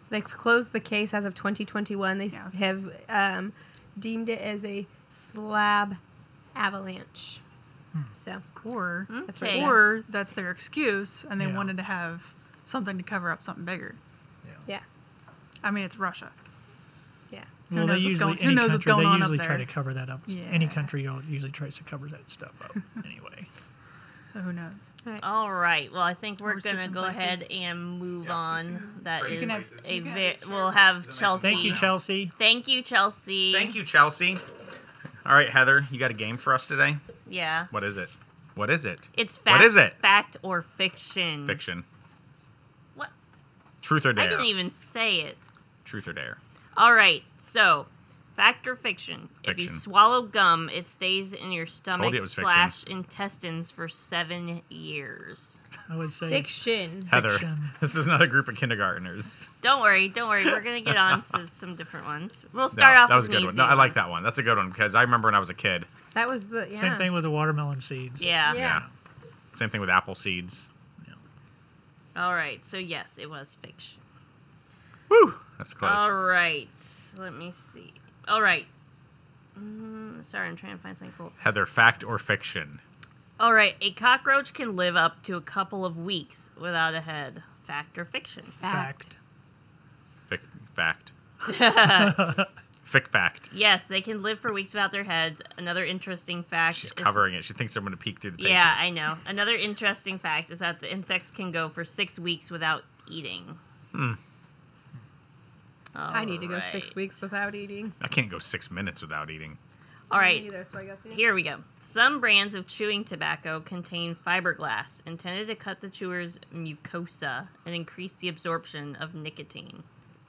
Speaker 3: They closed the case as of 2021. They s-
Speaker 6: Yeah.
Speaker 3: have um, deemed it as a slab avalanche. So
Speaker 6: Or
Speaker 3: that's
Speaker 4: Okay.
Speaker 3: right.
Speaker 6: or that's their excuse, and they
Speaker 2: Yeah.
Speaker 6: wanted to have something to cover up something bigger.
Speaker 3: Yeah.
Speaker 6: I mean, it's Russia.
Speaker 3: Yeah.
Speaker 6: Who
Speaker 2: well, they
Speaker 6: knows what's
Speaker 2: usually
Speaker 6: going- who
Speaker 2: any
Speaker 6: knows what's
Speaker 2: country
Speaker 6: going
Speaker 2: they
Speaker 6: on up
Speaker 2: usually try
Speaker 6: there?
Speaker 2: to cover that up. Any
Speaker 6: Yeah.
Speaker 2: country usually tries to cover that stuff
Speaker 6: [LAUGHS]
Speaker 2: up anyway.
Speaker 6: So who knows?
Speaker 4: All right. Well, I think we're
Speaker 6: We're
Speaker 4: gonna
Speaker 6: switching
Speaker 4: go
Speaker 6: places.
Speaker 4: ahead and move
Speaker 1: Yeah.
Speaker 4: on. That
Speaker 1: Trading
Speaker 4: is
Speaker 1: places.
Speaker 4: a
Speaker 6: You can
Speaker 4: ve-
Speaker 6: have it,
Speaker 4: we'll
Speaker 6: sure.
Speaker 4: have
Speaker 1: Doesn't make
Speaker 4: Chelsea.
Speaker 1: sense.
Speaker 2: Thank you,
Speaker 1: Yeah.
Speaker 2: Chelsea.
Speaker 4: Thank you, Chelsea.
Speaker 1: Thank you, Chelsea. All right, Heather, you got a game for us today?
Speaker 4: Yeah.
Speaker 1: What is it? What is it?
Speaker 4: It's fact.
Speaker 1: What is it?
Speaker 4: Fact or fiction?
Speaker 1: Fiction.
Speaker 4: What?
Speaker 1: Truth or dare?
Speaker 4: I didn't even say it.
Speaker 1: Truth or dare?
Speaker 4: All right. So, Fact or fiction? If you
Speaker 1: Fiction.
Speaker 4: swallow gum, it stays in your stomach
Speaker 1: you it was fiction.
Speaker 4: slash intestines for seven years.
Speaker 2: I would say
Speaker 3: Fiction.
Speaker 1: Heather,
Speaker 2: Fiction.
Speaker 1: [LAUGHS] this is not a group of kindergartners.
Speaker 4: Don't worry, don't worry. We're gonna get on to some different ones. We'll
Speaker 1: No,
Speaker 4: start off.
Speaker 1: that was a good
Speaker 4: with an
Speaker 1: one.
Speaker 4: easy
Speaker 1: No, I like that one. That's a good one because I remember when I was a kid.
Speaker 3: That was the yeah.
Speaker 2: same thing with the watermelon seeds.
Speaker 4: Yeah.
Speaker 3: Yeah.
Speaker 1: Same thing with apple seeds.
Speaker 4: All right. So yes, it was fiction.
Speaker 1: Woo! That's close.
Speaker 4: All right. Let me see. All right. Mm, sorry, I'm trying to find something cool.
Speaker 1: Heather, fact or fiction?
Speaker 4: All right. A cockroach can live up to a couple of weeks without a head. Fact or fiction? [LAUGHS]
Speaker 3: Fact.
Speaker 6: [LAUGHS]
Speaker 1: Fic, fact. Fic fact.
Speaker 4: Yes, they can live for weeks without their heads. Another interesting fact.
Speaker 1: She's
Speaker 4: is-
Speaker 1: covering it. She thinks I'm going to peek through the paper.
Speaker 4: Yeah, I know. Another interesting fact is that the insects can go for six weeks without eating.
Speaker 1: Hmm.
Speaker 3: I need to go six
Speaker 4: Alright.
Speaker 3: weeks without eating.
Speaker 1: I can't go six minutes without eating.
Speaker 4: All right,
Speaker 3: Me neither, that's why I got the-
Speaker 4: here we go. Some brands of chewing tobacco contain fiberglass intended to cut the chewer's mucosa and increase the absorption of nicotine.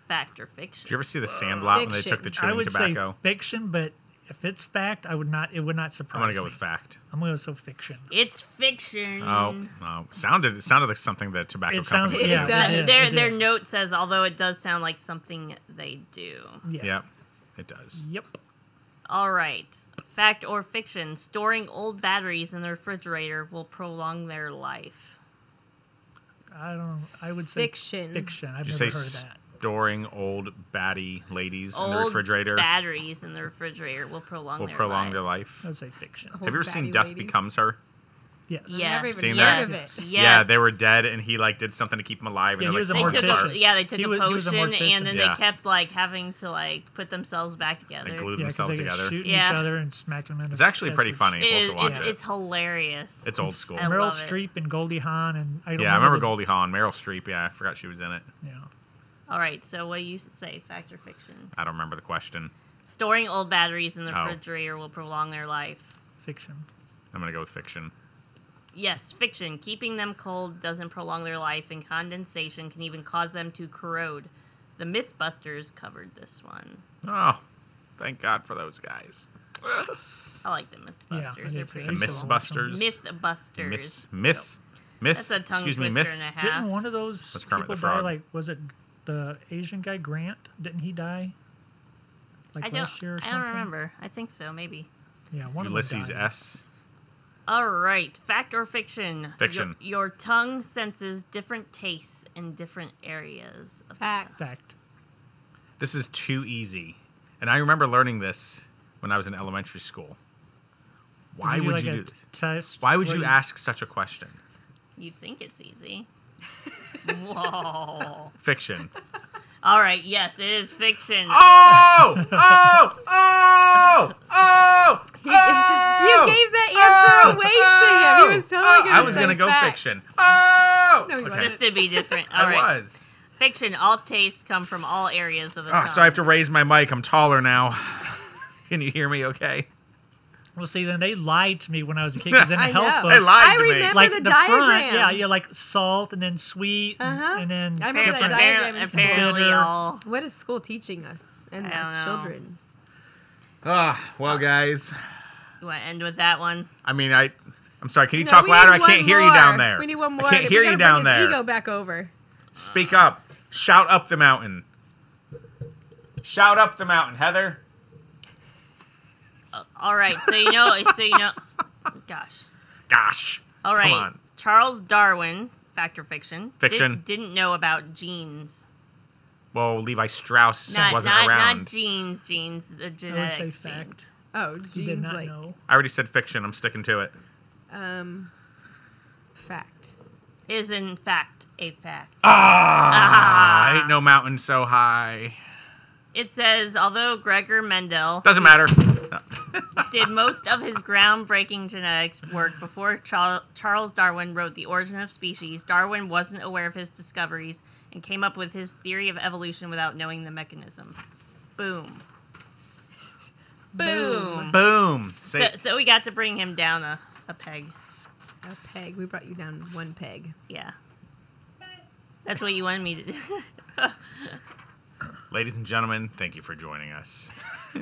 Speaker 4: Fact or
Speaker 1: Did you
Speaker 4: fiction?
Speaker 1: ever see the Sandlot when they
Speaker 3: Fiction.
Speaker 1: took the
Speaker 2: I
Speaker 1: chewing
Speaker 2: would
Speaker 1: tobacco?
Speaker 2: say fiction, but if it's fact, I would not. It would not surprise
Speaker 1: I'm going to go
Speaker 2: me.
Speaker 1: with fact.
Speaker 2: I'm gonna go so fiction.
Speaker 4: It's fiction.
Speaker 1: Oh, oh, sounded it sounded like something that tobacco
Speaker 2: Mm. It sounds
Speaker 1: company. would
Speaker 2: yeah.
Speaker 1: do.
Speaker 3: does.
Speaker 2: it is,
Speaker 4: their
Speaker 2: it
Speaker 4: their
Speaker 2: is.
Speaker 4: note says, although it does sound like something they do.
Speaker 2: yeah.
Speaker 1: Yep, it does.
Speaker 2: Yep.
Speaker 4: All right. Fact or fiction, storing old batteries in the refrigerator will prolong their life.
Speaker 2: I don't. I would say
Speaker 3: Fiction.
Speaker 2: Fiction. I've
Speaker 1: Did you
Speaker 2: never
Speaker 1: say
Speaker 2: heard that.
Speaker 1: storing old batty ladies
Speaker 4: old
Speaker 1: in the refrigerator
Speaker 4: batteries in the refrigerator will prolong
Speaker 1: will
Speaker 4: their
Speaker 1: prolong
Speaker 4: life.
Speaker 1: their life?
Speaker 2: I would say fiction.
Speaker 3: Old
Speaker 1: Have you ever
Speaker 3: batty
Speaker 1: seen Death
Speaker 3: ladies.
Speaker 1: Becomes Her?
Speaker 2: Yes.
Speaker 4: Yeah.
Speaker 3: Never even
Speaker 1: Seen
Speaker 3: heard
Speaker 1: that?
Speaker 3: of it.
Speaker 4: Yes.
Speaker 1: Yeah, they were dead, and he like did something to keep them alive.
Speaker 2: Yeah,
Speaker 1: and they're,
Speaker 2: he was a
Speaker 1: like,
Speaker 4: They
Speaker 1: falling
Speaker 4: took
Speaker 2: mortician.
Speaker 1: apart.
Speaker 4: a, yeah, they took
Speaker 2: He
Speaker 4: a
Speaker 2: was- he was a
Speaker 4: potion and then
Speaker 1: mortician.
Speaker 4: they kept like having to like put themselves back together.
Speaker 1: They glued
Speaker 2: Yeah, 'cause
Speaker 1: themselves
Speaker 2: they
Speaker 1: together.
Speaker 2: Get shooting each
Speaker 4: Yeah.
Speaker 2: other and smacking them in the
Speaker 1: It's actually pretty
Speaker 2: face.
Speaker 1: funny.
Speaker 4: It
Speaker 1: We'll have
Speaker 4: is-
Speaker 1: to watch
Speaker 4: it's,
Speaker 1: it.
Speaker 4: it's hilarious.
Speaker 1: It's old school.
Speaker 4: I
Speaker 2: Meryl
Speaker 4: love it.
Speaker 2: Streep and Goldie Hawn and I don't
Speaker 1: yeah, I remember
Speaker 2: the-
Speaker 1: Goldie Hawn, Meryl Streep. Yeah, I forgot she was in it.
Speaker 2: Yeah.
Speaker 4: All right, so what do you say, fact or fiction?
Speaker 1: I don't remember the question.
Speaker 4: Storing old batteries in the
Speaker 1: Oh.
Speaker 4: refrigerator will prolong their life.
Speaker 2: Fiction.
Speaker 1: I'm gonna go with fiction.
Speaker 4: Yes, fiction. Keeping them cold doesn't prolong their life, and condensation can even cause them to corrode. The Mythbusters covered this one.
Speaker 1: Oh, thank God for those guys.
Speaker 4: I like the
Speaker 2: Yeah, I
Speaker 4: Mythbusters.
Speaker 2: did
Speaker 4: They're
Speaker 2: too.
Speaker 4: pretty
Speaker 2: I used to
Speaker 1: Miss
Speaker 2: watch
Speaker 4: cool.
Speaker 1: Busters.
Speaker 2: them.
Speaker 4: Mythbusters.
Speaker 1: Miss Myth. Myth.
Speaker 4: That's a tongue
Speaker 1: excuse me,
Speaker 4: twister
Speaker 1: Myth.
Speaker 4: and a half.
Speaker 2: Didn't one of those
Speaker 1: That's Kermit
Speaker 2: people
Speaker 1: the
Speaker 2: die?
Speaker 1: Frog.
Speaker 2: Like, was it the Asian guy Grant? Didn't he die? Like
Speaker 4: I don't.
Speaker 2: last year or
Speaker 4: I
Speaker 2: something.
Speaker 4: don't remember. I think so. Maybe.
Speaker 2: Yeah, one of
Speaker 1: Ulysses
Speaker 2: them died.
Speaker 1: S.
Speaker 4: All right. Fact or fiction? Your-
Speaker 1: Fiction.
Speaker 4: Your, tongue senses different tastes in different areas. Of
Speaker 3: Fact.
Speaker 2: Fact.
Speaker 1: This is too easy, and I remember learning this when I was in elementary school.
Speaker 2: Did
Speaker 1: Why would
Speaker 2: like,
Speaker 1: you
Speaker 2: a
Speaker 1: do this?
Speaker 2: Test
Speaker 1: Why would
Speaker 2: where
Speaker 1: you ask such a question?
Speaker 4: You think it's easy. Whoa.
Speaker 1: Fiction. [LAUGHS]
Speaker 4: All right. Yes, it is fiction.
Speaker 1: Oh! Oh! Oh! Oh!
Speaker 3: He, [LAUGHS] you gave that answer away to him. He was totally gonna
Speaker 1: Oh! I was
Speaker 3: say
Speaker 1: gonna go
Speaker 3: fact.
Speaker 1: fiction. Oh!
Speaker 3: No, you
Speaker 1: okay.
Speaker 4: Just to be different.
Speaker 1: [LAUGHS]
Speaker 4: All
Speaker 1: I
Speaker 4: right.
Speaker 1: was.
Speaker 4: Fiction. All tastes come from all areas of the
Speaker 1: Ah,
Speaker 4: tongue.
Speaker 1: so I have to raise my mic. I'm taller now. [LAUGHS] Can you hear me okay?
Speaker 2: Well, see, then they lied to me when I was
Speaker 1: [LAUGHS]
Speaker 2: a kid. Because in the
Speaker 3: I
Speaker 2: health
Speaker 3: know.
Speaker 2: book,
Speaker 1: They lied
Speaker 3: I
Speaker 1: to me.
Speaker 3: remember
Speaker 2: like
Speaker 3: the,
Speaker 2: front,
Speaker 3: diagram.
Speaker 2: yeah, yeah, like salt and then sweet, and-
Speaker 3: Uh-huh.
Speaker 2: and, then
Speaker 3: I remember
Speaker 4: Appar-
Speaker 3: that
Speaker 2: different-
Speaker 3: diagram
Speaker 4: appar-
Speaker 3: is
Speaker 4: apparently,
Speaker 2: bitter.
Speaker 4: all.
Speaker 3: What is school teaching us and
Speaker 4: I
Speaker 3: our
Speaker 4: don't know.
Speaker 3: children?
Speaker 1: Ah, well, guys.
Speaker 4: You want to end with that one?
Speaker 1: I mean, I. I'm sorry. Can you
Speaker 3: No,
Speaker 1: talk
Speaker 3: we
Speaker 1: louder? I
Speaker 3: need
Speaker 1: can't
Speaker 3: one
Speaker 1: hear you down
Speaker 3: more.
Speaker 1: there.
Speaker 3: We need one more.
Speaker 1: I can't
Speaker 3: We
Speaker 1: hear
Speaker 3: gotta
Speaker 1: you
Speaker 3: bring
Speaker 1: down
Speaker 3: his
Speaker 1: there.
Speaker 3: Ego back over.
Speaker 1: Speak up. Shout up the mountain. Shout up the mountain, Heather.
Speaker 4: Uh, all right. So you know. so you know. Gosh.
Speaker 1: Gosh.
Speaker 4: All right.
Speaker 1: on.
Speaker 4: Charles Darwin, fact or fiction? did-
Speaker 1: Fiction.
Speaker 4: didn't know about genes.
Speaker 1: Well, Levi Strauss
Speaker 4: Not
Speaker 1: wasn't
Speaker 4: not,
Speaker 1: around.
Speaker 4: not genes, genes, the
Speaker 2: I
Speaker 4: genetics.
Speaker 2: would say
Speaker 4: genes.
Speaker 2: fact.
Speaker 3: Oh,
Speaker 2: You did
Speaker 3: genes
Speaker 2: not
Speaker 3: like
Speaker 2: know.
Speaker 1: I already said fiction. I'm sticking to it.
Speaker 3: um, fact.
Speaker 4: Is in fact a fact.
Speaker 1: Ah,
Speaker 4: Ah.
Speaker 1: ain't no mountain so high.
Speaker 4: It says although Gregor Mendel
Speaker 1: Doesn't
Speaker 3: [LAUGHS]
Speaker 1: matter.
Speaker 4: did most of his groundbreaking genetics work before Char- Charles Darwin wrote The Origin of Species, Darwin wasn't aware of his discoveries and came up with his theory of evolution without knowing the mechanism.
Speaker 1: [LAUGHS]
Speaker 4: Boom. Boom.
Speaker 1: Boom.
Speaker 4: So,
Speaker 1: Say,
Speaker 4: so we got to bring him down a, a peg.
Speaker 3: A peg. We brought you down one peg.
Speaker 4: Yeah. That's what you wanted me to do.
Speaker 1: Ladies and gentlemen, thank you for joining us.
Speaker 4: [LAUGHS]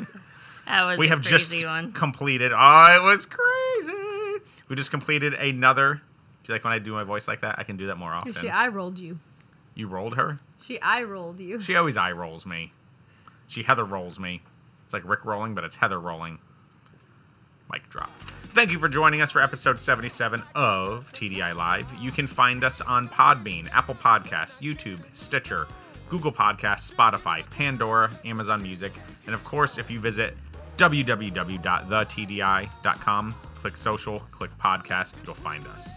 Speaker 4: That was
Speaker 1: we
Speaker 4: a
Speaker 1: have just
Speaker 4: crazy one.
Speaker 1: completed. Oh, it was crazy. We just completed another. Do you like when I do my voice like that? I can do that more often.
Speaker 3: She eye rolled you.
Speaker 1: you rolled her.
Speaker 3: She eye rolled you.
Speaker 1: She always eye rolls me. She Heather rolls me. It's like Rick rolling, but it's Heather rolling. Mic drop. Thank you for joining us for episode 77 of TDI Live. You can find us on Podbean, Apple Podcasts, YouTube, Stitcher, Google Podcasts, Spotify, Pandora, Amazon Music, and of course, if you visit www.thetdi.com, click social, click podcast, you'll find us.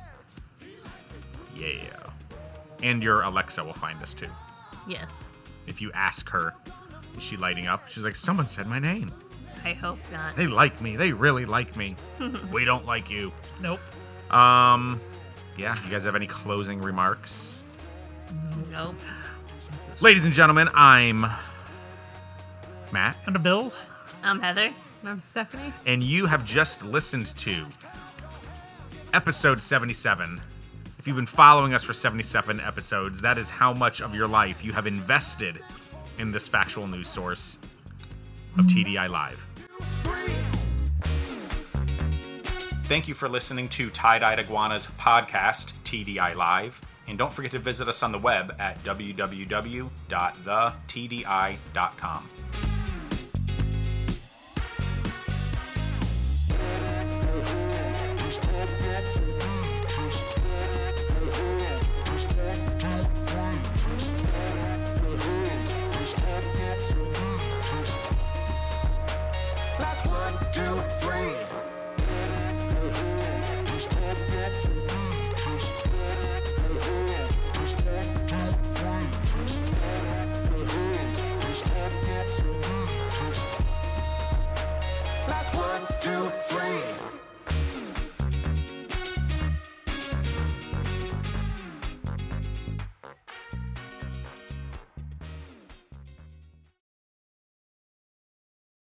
Speaker 1: Yeah. And your Alexa will find us too
Speaker 4: Yes.
Speaker 1: if you ask her, is she lighting up? She's like, someone said my name.
Speaker 4: I hope not.
Speaker 1: They like me. They really like me. we don't like you.
Speaker 2: Nope.
Speaker 1: Um, yeah. You guys have any closing remarks?
Speaker 4: Nope.
Speaker 1: Ladies and gentlemen, I'm Matt,
Speaker 2: And a bill.
Speaker 4: Um, Heather.
Speaker 3: I'm Stephanie.
Speaker 1: and you have just listened to episode 77. If you've been following us for 77 episodes, that is how much of your life you have invested in this factual news source of TDI Live.
Speaker 5: Three.
Speaker 1: Thank you for listening to Tie Dyed Iguana's podcast, TDI Live. And don't forget to visit us on the web at www.thetdi.com.
Speaker 5: Like one, two,